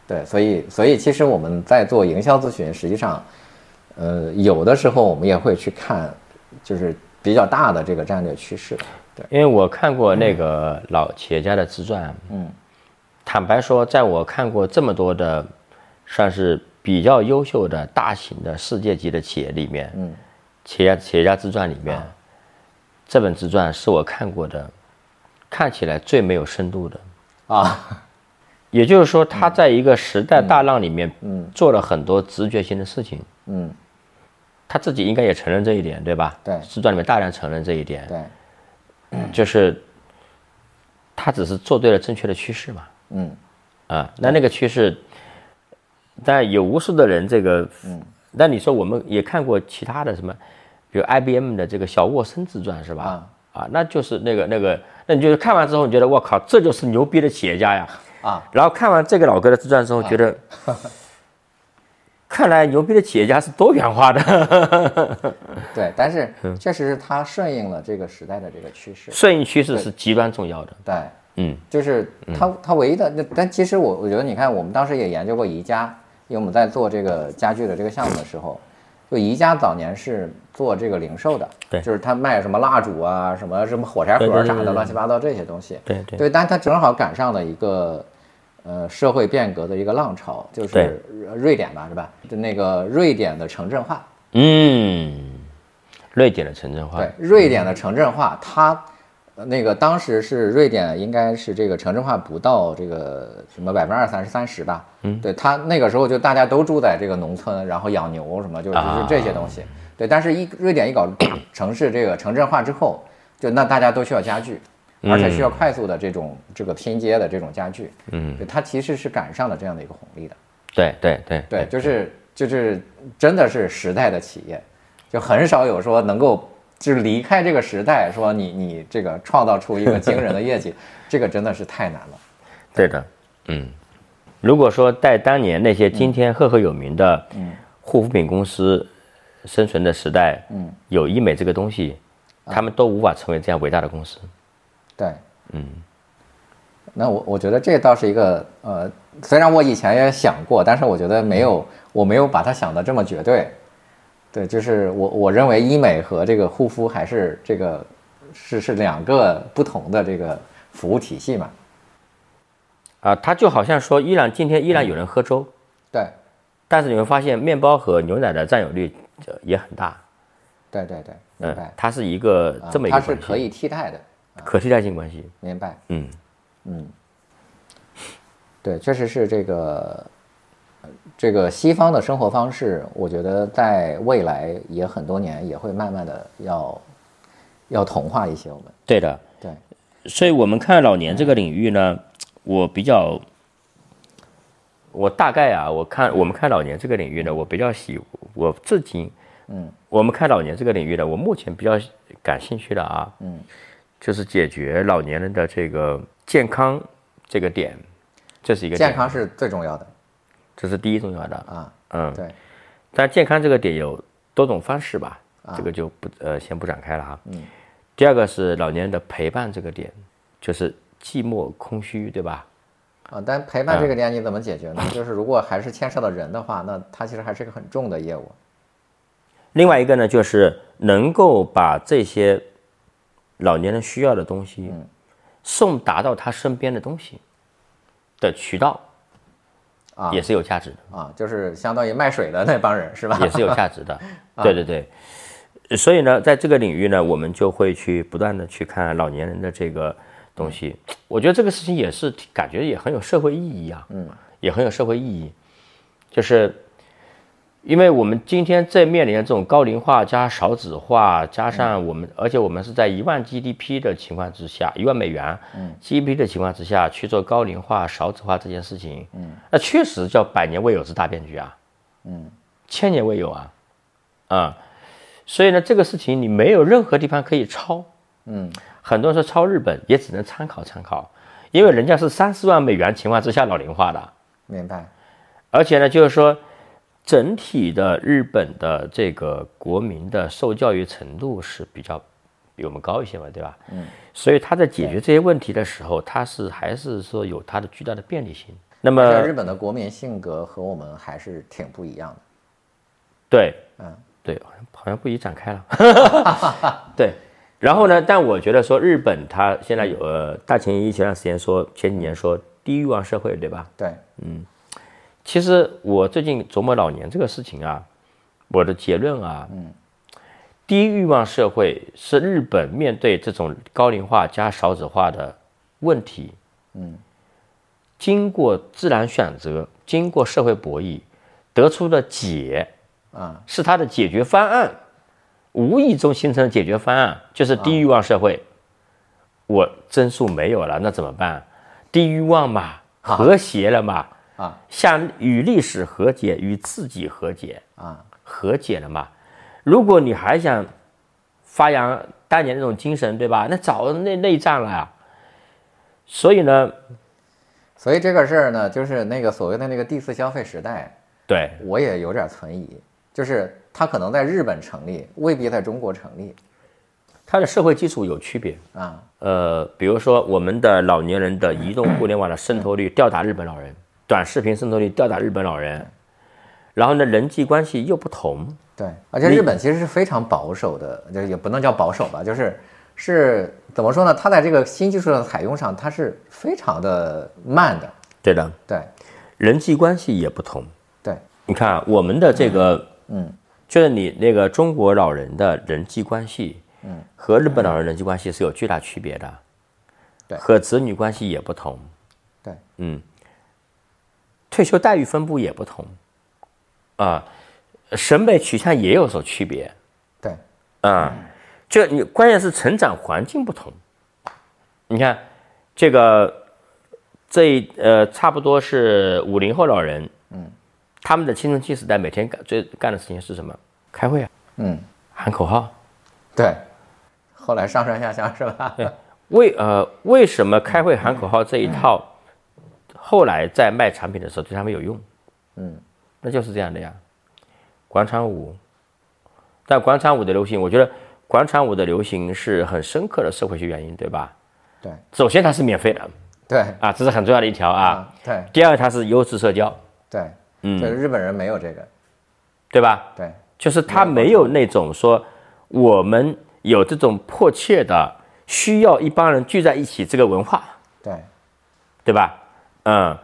对，所以所以其实我们在做营销咨询，实际上。呃，有的时候我们也会去看，就是比较大的这个战略趋势。对，
因为我看过那个老企业家的自传，啊
嗯，
坦白说，在我看过这么多的，算是比较优秀的大型的世界级的企业里面，
嗯，啊
企业企业家自传里面，这本自传是我看过的，看起来最没有深度的。
啊，
也就是说，他在一个时代大浪里面，做了很多直觉性的事情。
嗯，
他自己应该也承认这一点，对吧？
对
自传里面大量承认这一点，
对，
就是他只是做对了正确的趋势嘛。
嗯
啊，那那个趋势，但有无数的人这个，嗯，那你说我们也看过其他的什么，比如 IBM 的这个小沃森自传是吧？
啊
啊，那就是那个那个，那你就是看完之后，你觉得我靠，这就是牛逼的企业家呀！
啊，
然后看完这个老哥的自传之后，觉得， 看来牛逼的企业家是多元化的，
对，但是
嗯
确实是它顺应了这个时代的这个趋势。
顺应趋势是极端重要的。
对，
嗯，
就是它它唯一的，那但其实我我觉得，你看，我们当时也研究过宜家，因为我们在做这个家具的这个项目的时候，就宜家早年是做这个零售的，
对
就是他卖什么蜡烛啊，什么什么火柴
对对
盒
对
啥
对
的，
对
乱七八糟这些东西。
对对
对，但它正好赶上了一个呃社会变革的一个浪潮，就
对
是瑞典吧，是吧？就那个瑞典的城镇化，
嗯，瑞典的城镇化
对，，瑞典的城镇化，它呃那个当时是瑞典应该是这个城镇化不到这个什么百分之二三十三十吧，嗯，对，它那个时候就大家都住在这个农村，然后养牛什么，就是就是这些东西，对，但是一瑞典一搞 城市这个城镇化之后，就那大家都需要家具。而且需要快速的这种这个拼接的这种家具，嗯，它其实是赶上了这样的一个红利的，
对对对
对，就是就是真的是时代的企业，就很少有说能够就是离开这个时代，说你你这个创造出一个惊人的业绩，这个真的是太难了。
对的，嗯，如果说在当年那些今天赫赫有名的
嗯
护肤品公司生存的时代，嗯，有医美这个东西，
啊
他们都无法成为这样伟大的公司。
对，嗯，那我我觉得这倒是一个呃，虽然我以前也想过，但是我觉得没有，我没有把它想的这么绝对。对，就是我我认为医美和这个护肤还是这个是是两个不同的这个服务体系嘛。
啊，它就好像说，依然今天依然有人喝
嗯
粥，
对，
但是你会发现面包和牛奶的占有率呃也很大。
对对对，明
嗯
白。，
它是一个
啊
这么一个
它
关系
是，可以替代的，
可替代性关系。
明白？
嗯，
对，确实是这个，呃这个西方的生活方式，我觉得在未来也很多年也会慢慢的要要同化一些我们。
对的。
对，
所以我们看老年这个领域呢，我比较，我大概啊，我看我们看老年这个领域呢，我比较喜，我至今，嗯，我们看老年这个领域呢，我目前比较感兴趣的啊，嗯，就是解决老年人的这个健康这个点，这是一个点
健，康是最重要的
这是第一重要的。
啊。
嗯，
对，
但健康这个点有多种方式吧，这个就不呃先不展开了啊。嗯，第二个是老年人的陪伴这个点，就是寂寞空虚，对吧？
啊，但陪
嗯
伴这个点你怎么解决呢？就是如果还是牵涉到人的话，那它其实还是个很重的业务。
另外一个呢，就是能够把这些老年人需要的东西，送达到他身边的东西的渠道，
啊
也是有价值的。
啊，就是相当于卖水的那帮人是吧？
也是有价值的。对对对，所以呢，在这个领域呢，我们就会去不断的去看老年人的这个东西。我觉得这个事情也是挺感觉也很有社会意义啊，嗯，也很有社会意义，就是因为我们今天正面临的这种高龄化加少子化，加上我们，而且我们是在一万 GDP 的情况之下，一万美元 GDP 的情况之下去做高龄化、少子化这件事情，嗯，那确实叫百年未有之大变局啊，嗯，千年未有啊，啊、所以呢，这个事情你没有任何地方可以抄。嗯，很多人说抄日本，也只能参考参考，因为人家是三四万美元情况之下老龄化的，
明白，
而且呢，就是说整体的日本的这个国民的受教育程度是比较比我们高一些嘛，对吧？嗯，所以他在解决这些问题的时候，他是还是说有他的巨大的便利性。那么
而且日本的国民性格和我们还是挺不一样的。
对，嗯，对，好像好像不宜展开了。 对，然后呢？但我觉得说日本它现在有呃，大前研一前段时间说前几年说低欲望社会，对吧？
对，
其实我最近琢磨老年这个事情啊，我的结论啊，嗯，低欲望社会是日本面对这种高龄化加少子化的问题，嗯，经过自然选择，经过社会博弈得出的解，
啊，
是它的解决方案，无意中形成的解决方案就是低欲望社会。我增速没有了，那怎么办？低欲望嘛，和谐了嘛，
啊，
向与历史和解，与自己和解，
啊，
和解了嘛。如果你还想发扬当年那种精神，对吧？那早内内战了呀。所以呢，
所以这个事儿呢，就是那个所谓的那个第四消费时代，
对
我也有点存疑，就是它可能在日本成立，未必在中国成立
它的社会基础有区别。
啊。
呃，比如说我们的老年人的移动互联网的渗透率吊打日本老人，短视频渗透率吊打日本老人，然后呢，人际关系又不同，
对，而且日本其实是非常保守的，就也不能叫保守吧，就是是怎么说呢？它在这个新技术的采用上，它是非常的慢的。
对的，
对
人际关系也不同。
对，
你看啊我们的这个，嗯，就是你那个中国老人的人际关系，嗯，和日本老人人际关系是有巨大区别的，
对
和子女关系也不同，
对，
嗯，退休待遇分布也不同，啊、审美取向也有所区别，
对，
啊、就你关键是成长环境不同。你看，这个这一呃，差不多是五零后老人，嗯，他们的青春期时代每天干最干的事情是什么？开会啊，
嗯，
喊口号。
对。后来上上下下是吧？
为呃，为什么开会喊口号这一套，后来在卖产品的时候对他们有用？嗯，那就是这样的呀。广场舞，但广场舞的流行，我觉得广场舞的流行是很深刻的社会学原因，对吧？
对
首先它是免费的
对
啊，这是很重要的一条啊。
啊，对
第二，它是优质社交，
对，嗯，对，日本人没有这个，
对吧？
对
就是他没有那种说我们有这种迫切的需要一帮人聚在一起这个文化，
对，
对吧？嗯，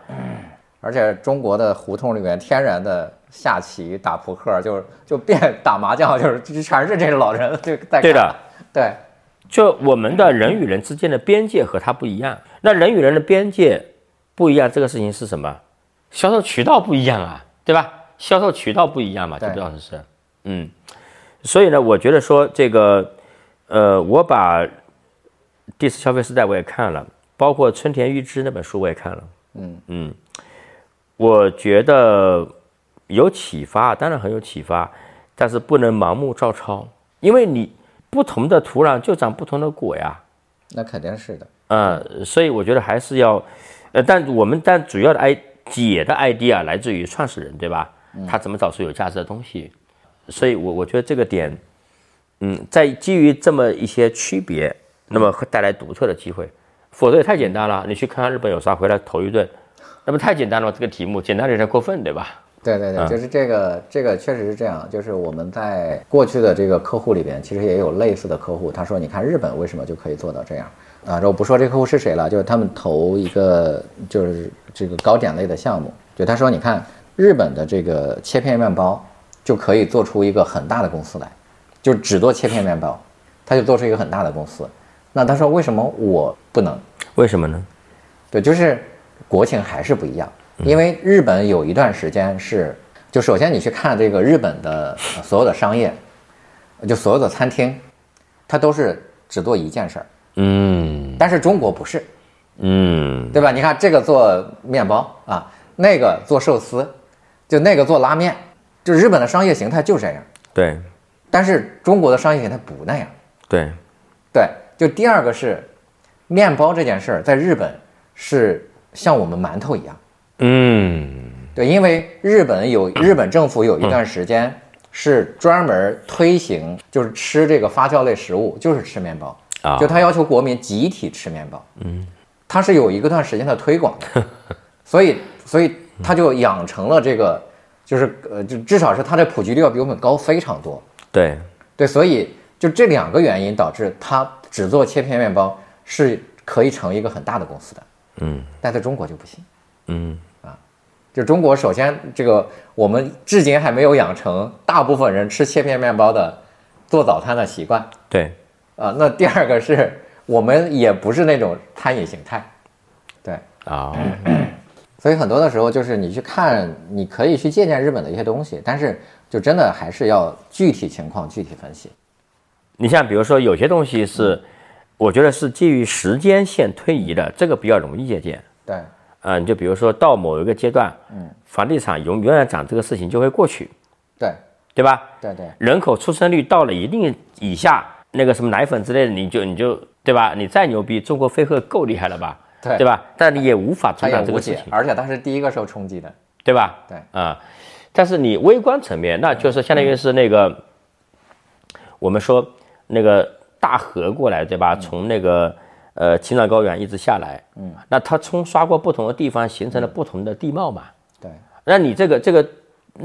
而且中国的胡同里面天然的下棋、打扑克，就是就变 打麻将，就是就全是这种老人就在干
对的，
对
就我们的人与人之间的边界和它不一样。那人与人的边界不一样，这个事情是什么？销售渠道不一样啊，对吧？销售渠道不一样嘛，就
对
不老师是，嗯。所以呢，我觉得说这个，呃，我把第四消费时代我也看了，包括春田裕之那本书我也看了，嗯嗯，我觉得有启发，当然很有启发，但是不能盲目照抄，因为你不同的土壤就长不同的果呀，
那肯定是的，
嗯，所以我觉得还是要，呃，但我们但主要的 i 解的 idea 来自于创始人，对吧？他怎么找出有价值的东西？所以我我觉得这个点，嗯，在基于这么一些区别，那么会带来独特的机会。否则也太简单了，你去看看日本有啥，回来投一顿，那不太简单了吗？这个题目简单的有点过分，对吧？
对对对，就是这个，这个确实是这样。就是我们在过去的这个客户里边，其实也有类似的客户，他说：“你看日本为什么就可以做到这样？”啊，我不说这个客户是谁了，就是他们投一个就是这个糕点类的项目，就他说：“你看日本的这个切片面包就可以做出一个很大的公司来，就只做切片面包，他就做出一个很大的公司。那他说为什么我不能？
为什么呢？
对，就是国情还是不一样，因为日本有一段时间是，就首先你去看这个日本的呃所有的商业，就所有的餐厅，它都是只做一件事儿，
嗯
但是中国不是，
嗯
对吧？你看这个做面包啊，那个做寿司，就那个做拉面，就日本的商业形态就这样，
对
但是中国的商业形态不那样。
对
对，就第二个是，面包这件事儿在日本是像我们馒头一样，
嗯
对，因为日本有日本政府有一段时间是专门推行，就是吃这个发酵类食物，就是吃面包，
啊
就他要求国民集体吃面包，嗯，他是有一个段时间的推广的，所以所以他就养成了这个，就是呃，就至少是它的普及率要比我们高非常多，
对
对，所以就这两个原因导致它只做切片面包是可以成一个很大的公司的，
嗯
但在中国就不行。啊
嗯
就中国首先这个我们至今还没有养成大部分人吃切片面包的做早餐的习惯
对
啊、那第二个是我们也不是那种餐饮形态，对，
啊
所以很多的时候就是你去看，你可以去借鉴日本的一些东西，但是就真的还是要具体情况具体分析。
你像比如说有些东西是，我觉得是基于时间线推移的，这个比较容易借鉴。
对，
嗯、你就比如说到某一个阶段，嗯，房地产永永远涨这个事情就会过去，
对，
对吧？
对对
人口出生率到了一定以下，那个什么奶粉之类的，你就你就对吧？你再牛逼，中国飞鹤够厉害了吧？
对
吧？但你也无法阻
他也
挡这
无
个事
解
情，，
而且他是第一个受冲击的。
对吧？
对
啊、但是你微观层面，那就是相当于是那
嗯
个，我们说那个大河过来，对吧？
嗯
从那个呃青藏高原一直下来，嗯，那它冲刷过不同的地方，形成了不同的地貌嘛。
对
那你这个这个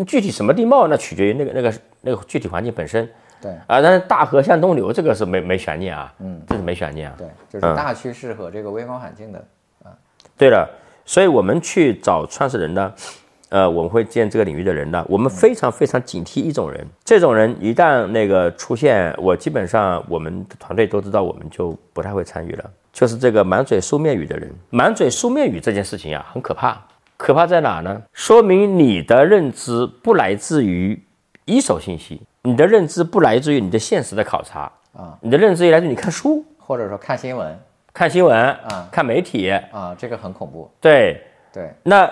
具体什么地貌，那取决于那个那个那个具体环境本身。
对
啊，但是大河向东流这个是没没悬念啊，嗯，这是没悬念啊。
对，就是大趋势和这个微观环境的。
对了，所以我们去找创始人呢，呃，我们会见这个领域的人呢，我们非常非常警惕一种人，这种人一旦那个出现，我基本上我们的团队都知道，我们就不太会参与了。就是这个满嘴书面语的人，满嘴书面语这件事情啊，很可怕。可怕在哪呢？说明你的认知不来自于一手信息，你的认知不来自于你的现实的考察
啊，
你的认知也来自于你看书、
或者说看新闻
看新闻、看媒体，
啊，这个很恐怖。
对，
对
那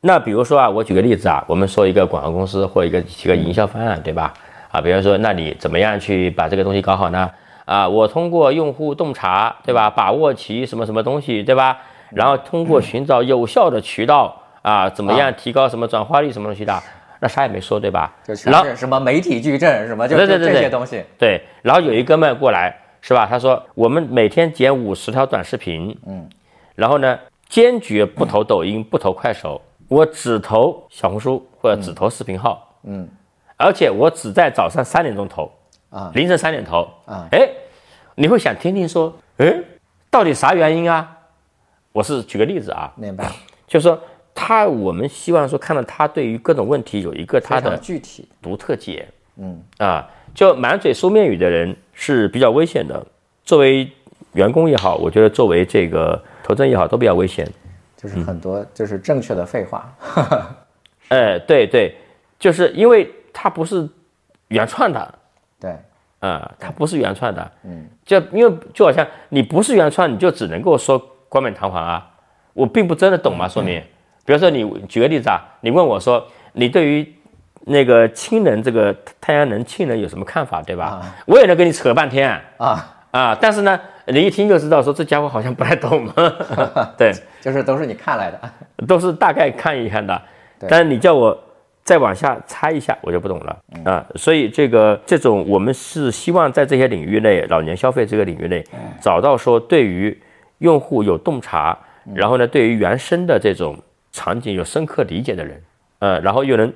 那比如说啊，我举个例子啊，我们说一个广告公司或一个几个营销方案，对吧？啊，比如说，那你怎么样去把这个东西搞好呢？啊，我通过用户洞察，对吧？把握其什么什么东西，对吧？然后通过寻找有效的渠道啊，怎么样提高什么转化率什么东西的，那啥也没说，对吧？
就全
然后
是什么媒体矩阵，什么就
对对
就
对
这些
对
东西。
对，然后有一哥们过来是吧？他说我们每天剪五十条短视频，嗯，然后呢，坚决不投抖音，不投快手，我只投小红书或者只投视频号，嗯，而且我只在早上三点钟投，
啊，
凌晨三点投，
啊，
哎，你会想听听说，哎，到底啥原因啊？我是举个例子啊，
明白，
就是说他，我们希望说看到他对于各种问题有一个他
非
的
常具体。
独特解。嗯啊，就满嘴书面语的人是比较危险的。作为员工也好，我觉得作为这个投资人也好，都比较危险。
就是
嗯
很多就是正确的废话，
哎，对对，就是因为它不是原创的，
对
啊、它不是原创的。嗯，就因为就好像你不是原创，你就只能够说冠冕堂皇啊。我并不真的懂嘛，说明，比如说你举个例子啊，你问我说你对于那个氢能这个太阳能氢能有什么看法，对吧？我也能跟你扯半天
啊，
啊，但是呢，你一听就知道说这家伙好像不太懂嘛，对，
就是都是你看来的，
都是大概看一看的。但是你叫我再往下猜一下，我就不懂了啊。所以这个这种，我们是希望在这些领域内，老年消费这个领域内，找到说对于用户有洞察，然后呢，对于原生的这种场景有深刻理解的人，呃，然后又能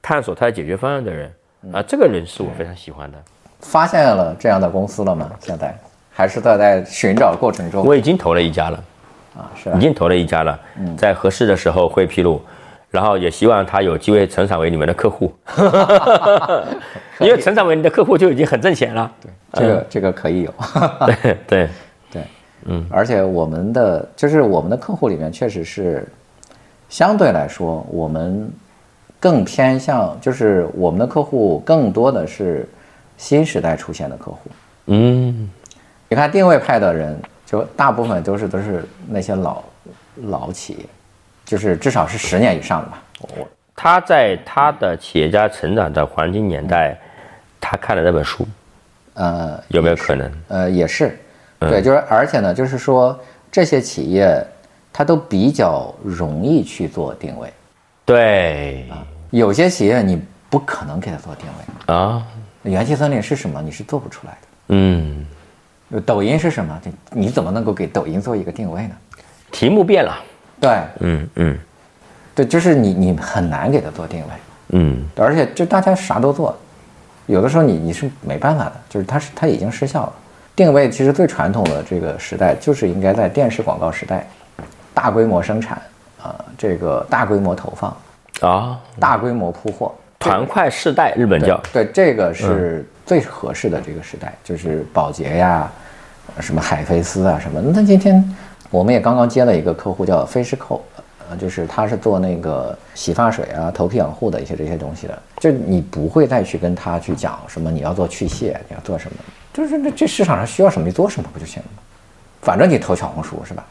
探索他的解决方案的人。啊，这个人是我非常喜欢的。
发现了这样的公司了吗？现在还是在在寻找过程中
我已经投了一家了，
啊，是
已
吧？
经投了一家了，在合适的时候会披露。然后也希望他有机会成长为你们的客 户， 因为成长为你的客户就已经很挣钱了。
这
嗯
个这个可以有，
对 对，
对，嗯，而且我们的就是我们的客户里面确实是相对来说，我们更偏向就是我们的客户更多的是新时代出现的客户。
嗯，
你看定位派的人，就大部分都是都是那些老老企业，就是至少是十年以上的吧。我
他在他的企业家成长的黄金年代，他看了那本书，
呃
有没有可能？
呃也是，对，就是而且呢，就是说这些企业它都比较容易去做定位，
对
有些企业你不可能给它做定
啊，
位，元气森林是什么你是做不出来的。
嗯，
抖音是什么？这你怎么能够给抖音做一个定位呢？
题目变了，
对
嗯嗯
对，就是你你很难给它做定位，
嗯，
而且这大家啥都做，有的时候你你是没办法的，就是它是它已经失效了。定位其实最传统的这个时代，就是应该在电视广告时代，大规模生产啊、这个大规模投放，
啊，
大规模铺货，
团块世代，日本叫
对，这个是最合适的这个时代，就是宝洁呀，什么海飞丝啊什么。那今天我们也刚刚接了一个客户叫菲诗蔻，呃，就是他是做那个洗发水啊、头皮养护的一些这些东西的。就你不会再去跟他去讲什么你要做去屑，你要做什么，就是那这市场上需要什么你做什么不就行了吗？反正你投小红书是吧？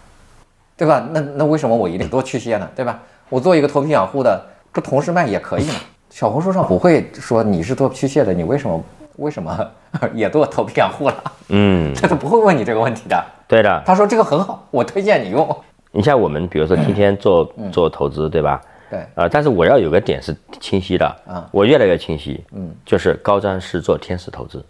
对吧？那那为什么我一定多去屑呢？对吧？我做一个头皮养护的，这同时卖也可以嘛。小红书上不会说你是做去屑的，你为什么为什么 也做头皮养护了？
嗯，哎
他都不会问你这个问题的。
对的。
他说这个很好，我推荐你用。
你像我们，比如说今天做
嗯
做投资，对吧？
对，
呃，但是我要有个点是清晰的，
啊
我越来越清晰，嗯，就是高瞻是做天使投资，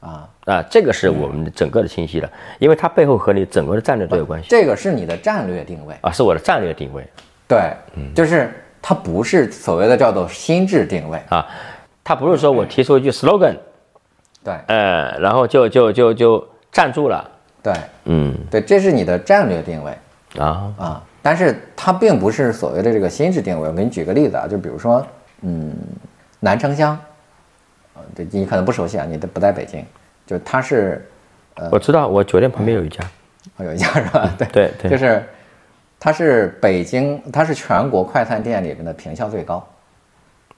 啊，
啊、这个是我们整个的清晰的，因为它背后和你整个的战略都有关系，
这个是你的战略定位。
啊，是我的战略定位
对，就是它不是所谓的叫做心智定位。
啊，它不是说我提出一句 slogan，
对
呃，然后就就就就站住了，
对
嗯，
对，这是你的战略定位。
啊，
啊，但是它并不是所谓的这个心智定位。我给你举个例子啊，就比如说，嗯，南城乡，呃，这你可能不熟悉啊，你都不在北京，就它是呃
我知道，我酒店旁边有一家，
哦有一家是吧？对
嗯对对
就是它是北京，它是全国快餐店里面的评效最高。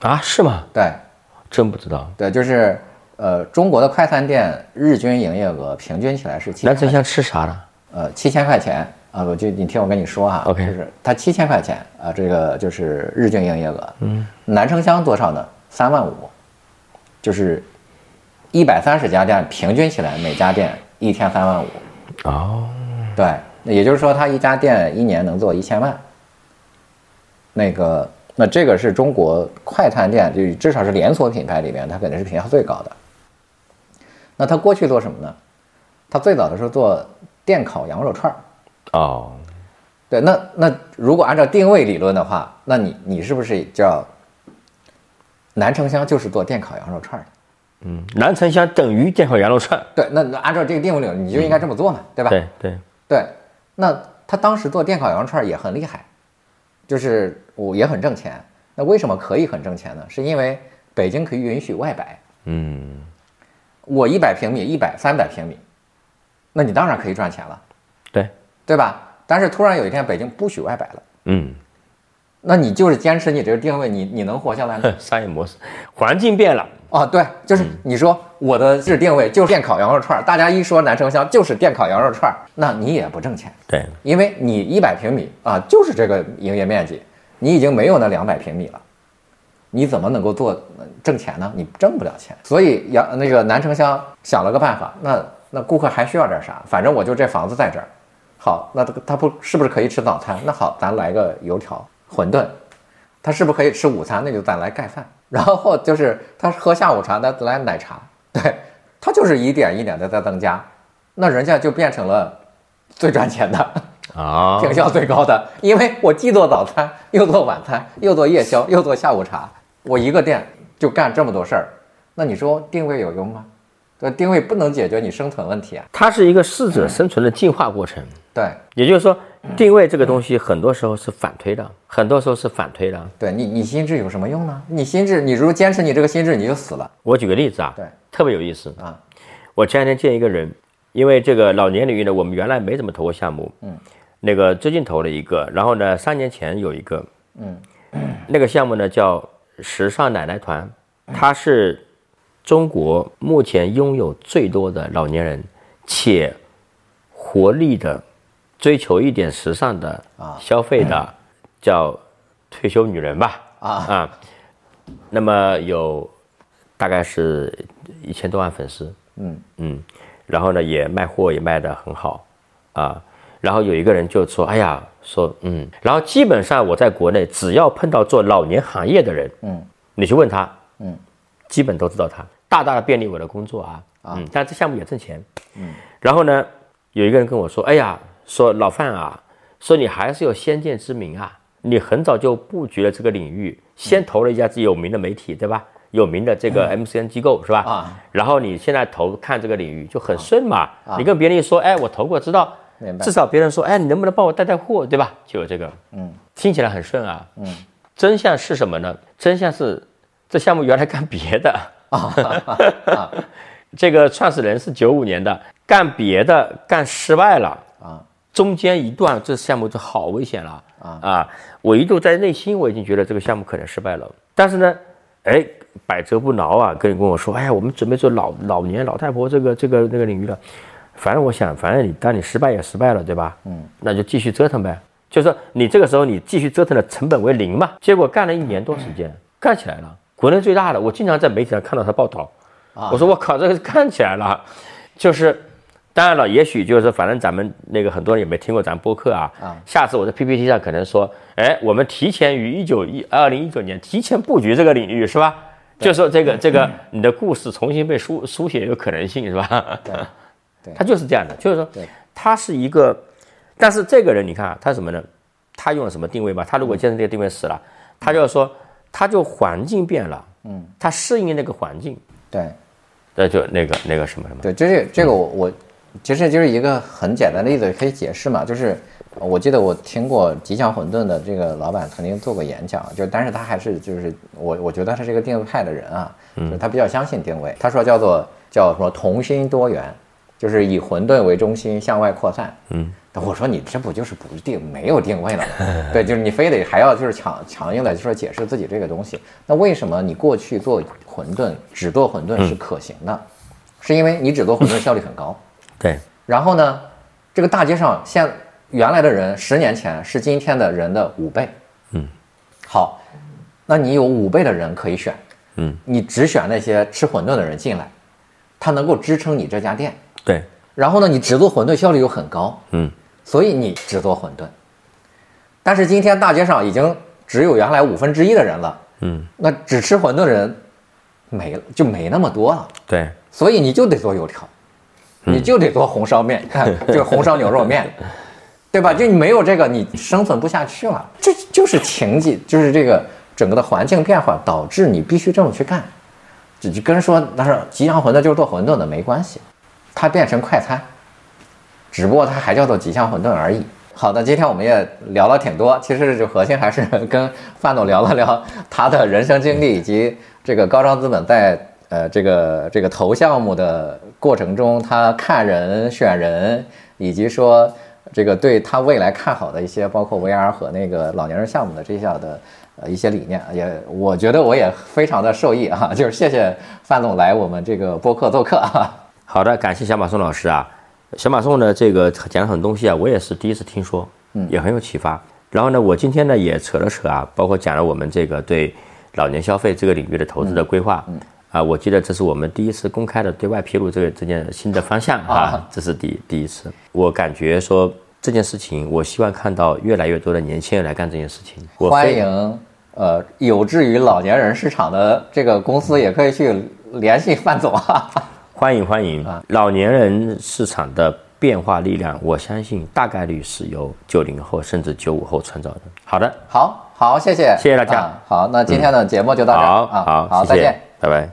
啊，是吗？
对
真不知道，
对，就是呃，中国的快餐店日均营业额平均起来是七
南城乡吃啥了？
呃，七千块钱啊，我就你听我跟你说哈
OK
就是它七千块钱啊，这个就是日均营业额。嗯，南城乡多少呢？三万五，就是一百三十家店，平均起来每家店一天三万五。
哦，
对，也就是说，它一家店一年能做一千万。那个，那这个是中国快餐店，就至少是连锁品牌里面，它肯定是评价最高的。那它过去做什么呢？它最早的时候做电烤羊肉串儿。
哦，
对，那那如果按照定位理论的话，那你你是不是叫南城乡就是做电烤羊肉串儿的？
嗯，南城乡等于电烤羊肉串，
对，那那按照这个定位理论，你就应该这么做嘛，对
嗯
吧？
对对，
对，那他当时做电烤羊肉串儿也很厉害，就是我也很挣钱。那为什么可以很挣钱呢？是因为北京可以允许外摆，
嗯。
我一百平米、一百、三百平米，那你当然可以赚钱了，
对，
对吧？但是突然有一天北京不许外摆了，
嗯，
那你就是坚持你这个定位，你你能活下 来吗？
商业模式，环境变了，
哦，对，就是你说我的制定位就是电烤羊肉串儿，大家一说南城乡就是电烤羊肉串儿，那你也不挣钱，
对，
因为你一百平米啊，就是这个营业面积，你已经没有那两百平米了，你怎么能够做呃挣钱呢？你挣不了钱。所以羊那个南城乡想了个办法，那那顾客还需要点啥？反正我就这房子在这儿，好，那他他不是不是可以吃早餐？那好，咱来个油条、馄饨，他是不是可以吃午餐？那就再来盖饭。然后就是他喝下午茶，再来奶茶。对，他就是一点一点的在增加，那人家就变成了最赚钱的，
啊
评效最高的，因为我既做早餐，又做晚餐，又做夜宵，又做下午茶，我一个店就干这么多事儿，那你说定位有用吗？对，定位不能解决你生存问题啊。
它是一个适者生存的进化过程。
对
也就是说，定位这个东西很多时候是反推的，很多时候是反推的。
对你，你心智有什么用呢？你心智，你如果坚持你这个心智，你就死了。
我举个例子啊，
对，
特别有意思
啊。
我前两天见一个人，因为这个老年领域呢，我们原来没怎么投过项目，嗯，那个最近投了一个，然后呢，三年前有一个，嗯，那个项目呢叫时尚奶奶团，它是中国目前拥有最多的老年人且活力的，追求一点时尚的消费的，叫退休女人吧，
啊
啊，那么有大概是一千多万粉丝，
嗯
嗯，然后呢也卖货也卖得很好啊，然后有一个人就说，哎呀，说嗯，然后基本上我在国内只要碰到做老年行业的人，
嗯，
你去问他，
嗯，
基本都知道他，大大的便利我的工作啊，嗯，但这项目也挣钱，嗯，然后呢，有一个人跟我说，哎呀，说老范啊，说你还是有先见之明啊，你很早就布局了这个领域，先投了一家自己有名的媒体，对吧？有名的这个 MCN 机构是吧？
嗯啊，
然后你现在投看这个领域就很顺嘛，你跟别人一说，哎，我投过，知道
明，白
至少别人说，哎，你能不能帮我带带货，对吧？就有这个，
嗯，
听起来很顺啊，嗯，真相是什么呢？真相是这项目原来干别的，
啊
这个创始人是九五年的，干别的干失败了
啊，
中间一段这项目就好危险了啊我一度在内心我已经觉得这个项目可能失败了，但是呢，哎，百折不挠啊，跟跟我说，哎呀，我们准备做老老年老太婆这个这个那个领域了，反正我想，反正你当你失败也失败了，对吧？嗯，那就继续折腾呗。就是说你这个时候你继续折腾的成本为零嘛。结果干了一年多时间，干起来了，国内最大的，我经常在媒体上看到他报道，我说我靠，这个干起来了，就是。当然了，也许就是说反正咱们那个很多人也没听过咱播客啊。
啊
下次我在 PPT 上可能说，哎，我们提前于一九一二零一九年提前布局这个领域是吧？就说这个这个你的故事重新被书书写有可能性是吧？对，
对
他就是这样的，就是说
对
他是一个，但是这个人你看啊，他什么呢？他用了什么定位吧？他如果坚持这个定位死了，他就要说他就环境变了，嗯，他适应那个环境，
对
那就那个那个什么什么，
对，这是这个我我其实就是一个很简单的例子可以解释嘛，就是呃我记得我听过吉祥混沌的这个老板曾经做过演讲，就但是他还是就是我我觉得他是一个定位派的人啊，就是他比较相信定位，他说叫做叫什么同心多元，就是以混沌为中心向外扩散，嗯。我说你这不就是不定没有定位了吗？ 对，就是你非得还要就是强强硬的就说解释自己这个东西，那为什么你过去做混沌只做混沌
嗯
是可行的？是因为你只做混沌效率很高。
对
然后呢，这个大街上现原来的人十年前是今天的人的五倍。
嗯，
好，那你有五倍的人可以选。
嗯，
你只选那些吃馄饨的人进来，他能够支撑你这家店。
对，
然后呢，你只做馄饨效率又很高，
嗯，
所以你只做馄饨。但是今天大街上已经只有原来五分之一的人了，
嗯，
那只吃馄饨的人没了，就没那么多了。
对
所以你就得做油条，你就得做红烧面，就是红烧牛肉面，对吧？就你没有这个，你生存不下去了。这就是情景，就是这个整个的环境变化导致你必须这么去干。这就跟说那是吉祥馄饨就是做馄饨的没关系，它变成快餐，只不过它还叫做吉祥馄饨而已。好的，今天我们也聊了挺多，其实就核心还是 跟范总聊了聊他的人生经历，以及这个高张资本在呃这个这个投项目的过程中，他看人、选人，以及说这个对他未来看好的一些，包括 VR 和那个老年人项目的这些的呃一些理念，也我觉得我也非常的受益啊，就是谢谢范总来我们这个播客做客啊。
好的，感谢小马宋老师啊。小马宋呢，这个讲了很多东西啊，我也是第一次听说，嗯，也很有启发。然后呢，我今天呢也扯了扯啊，包括讲了我们这个对老年消费这个领域的投资的规划，嗯，啊，我记得这是我们第一次公开的对外披露这个这件新的方向啊，这是第第一次。我感觉说这件事情，我希望看到越来越多的年轻人来干这件事情。我非
欢迎，呃，有志于老年人市场的这个公司也可以去联系范总啊。
欢迎欢迎老年人市场的变化力量，我相信大概率是由九零后甚至九五后创造的。好的，
好好，谢谢，
谢谢大家
啊好，那今天的节目就到这儿、
好
啊，
好，
好，
谢
再
谢
见。，
拜拜。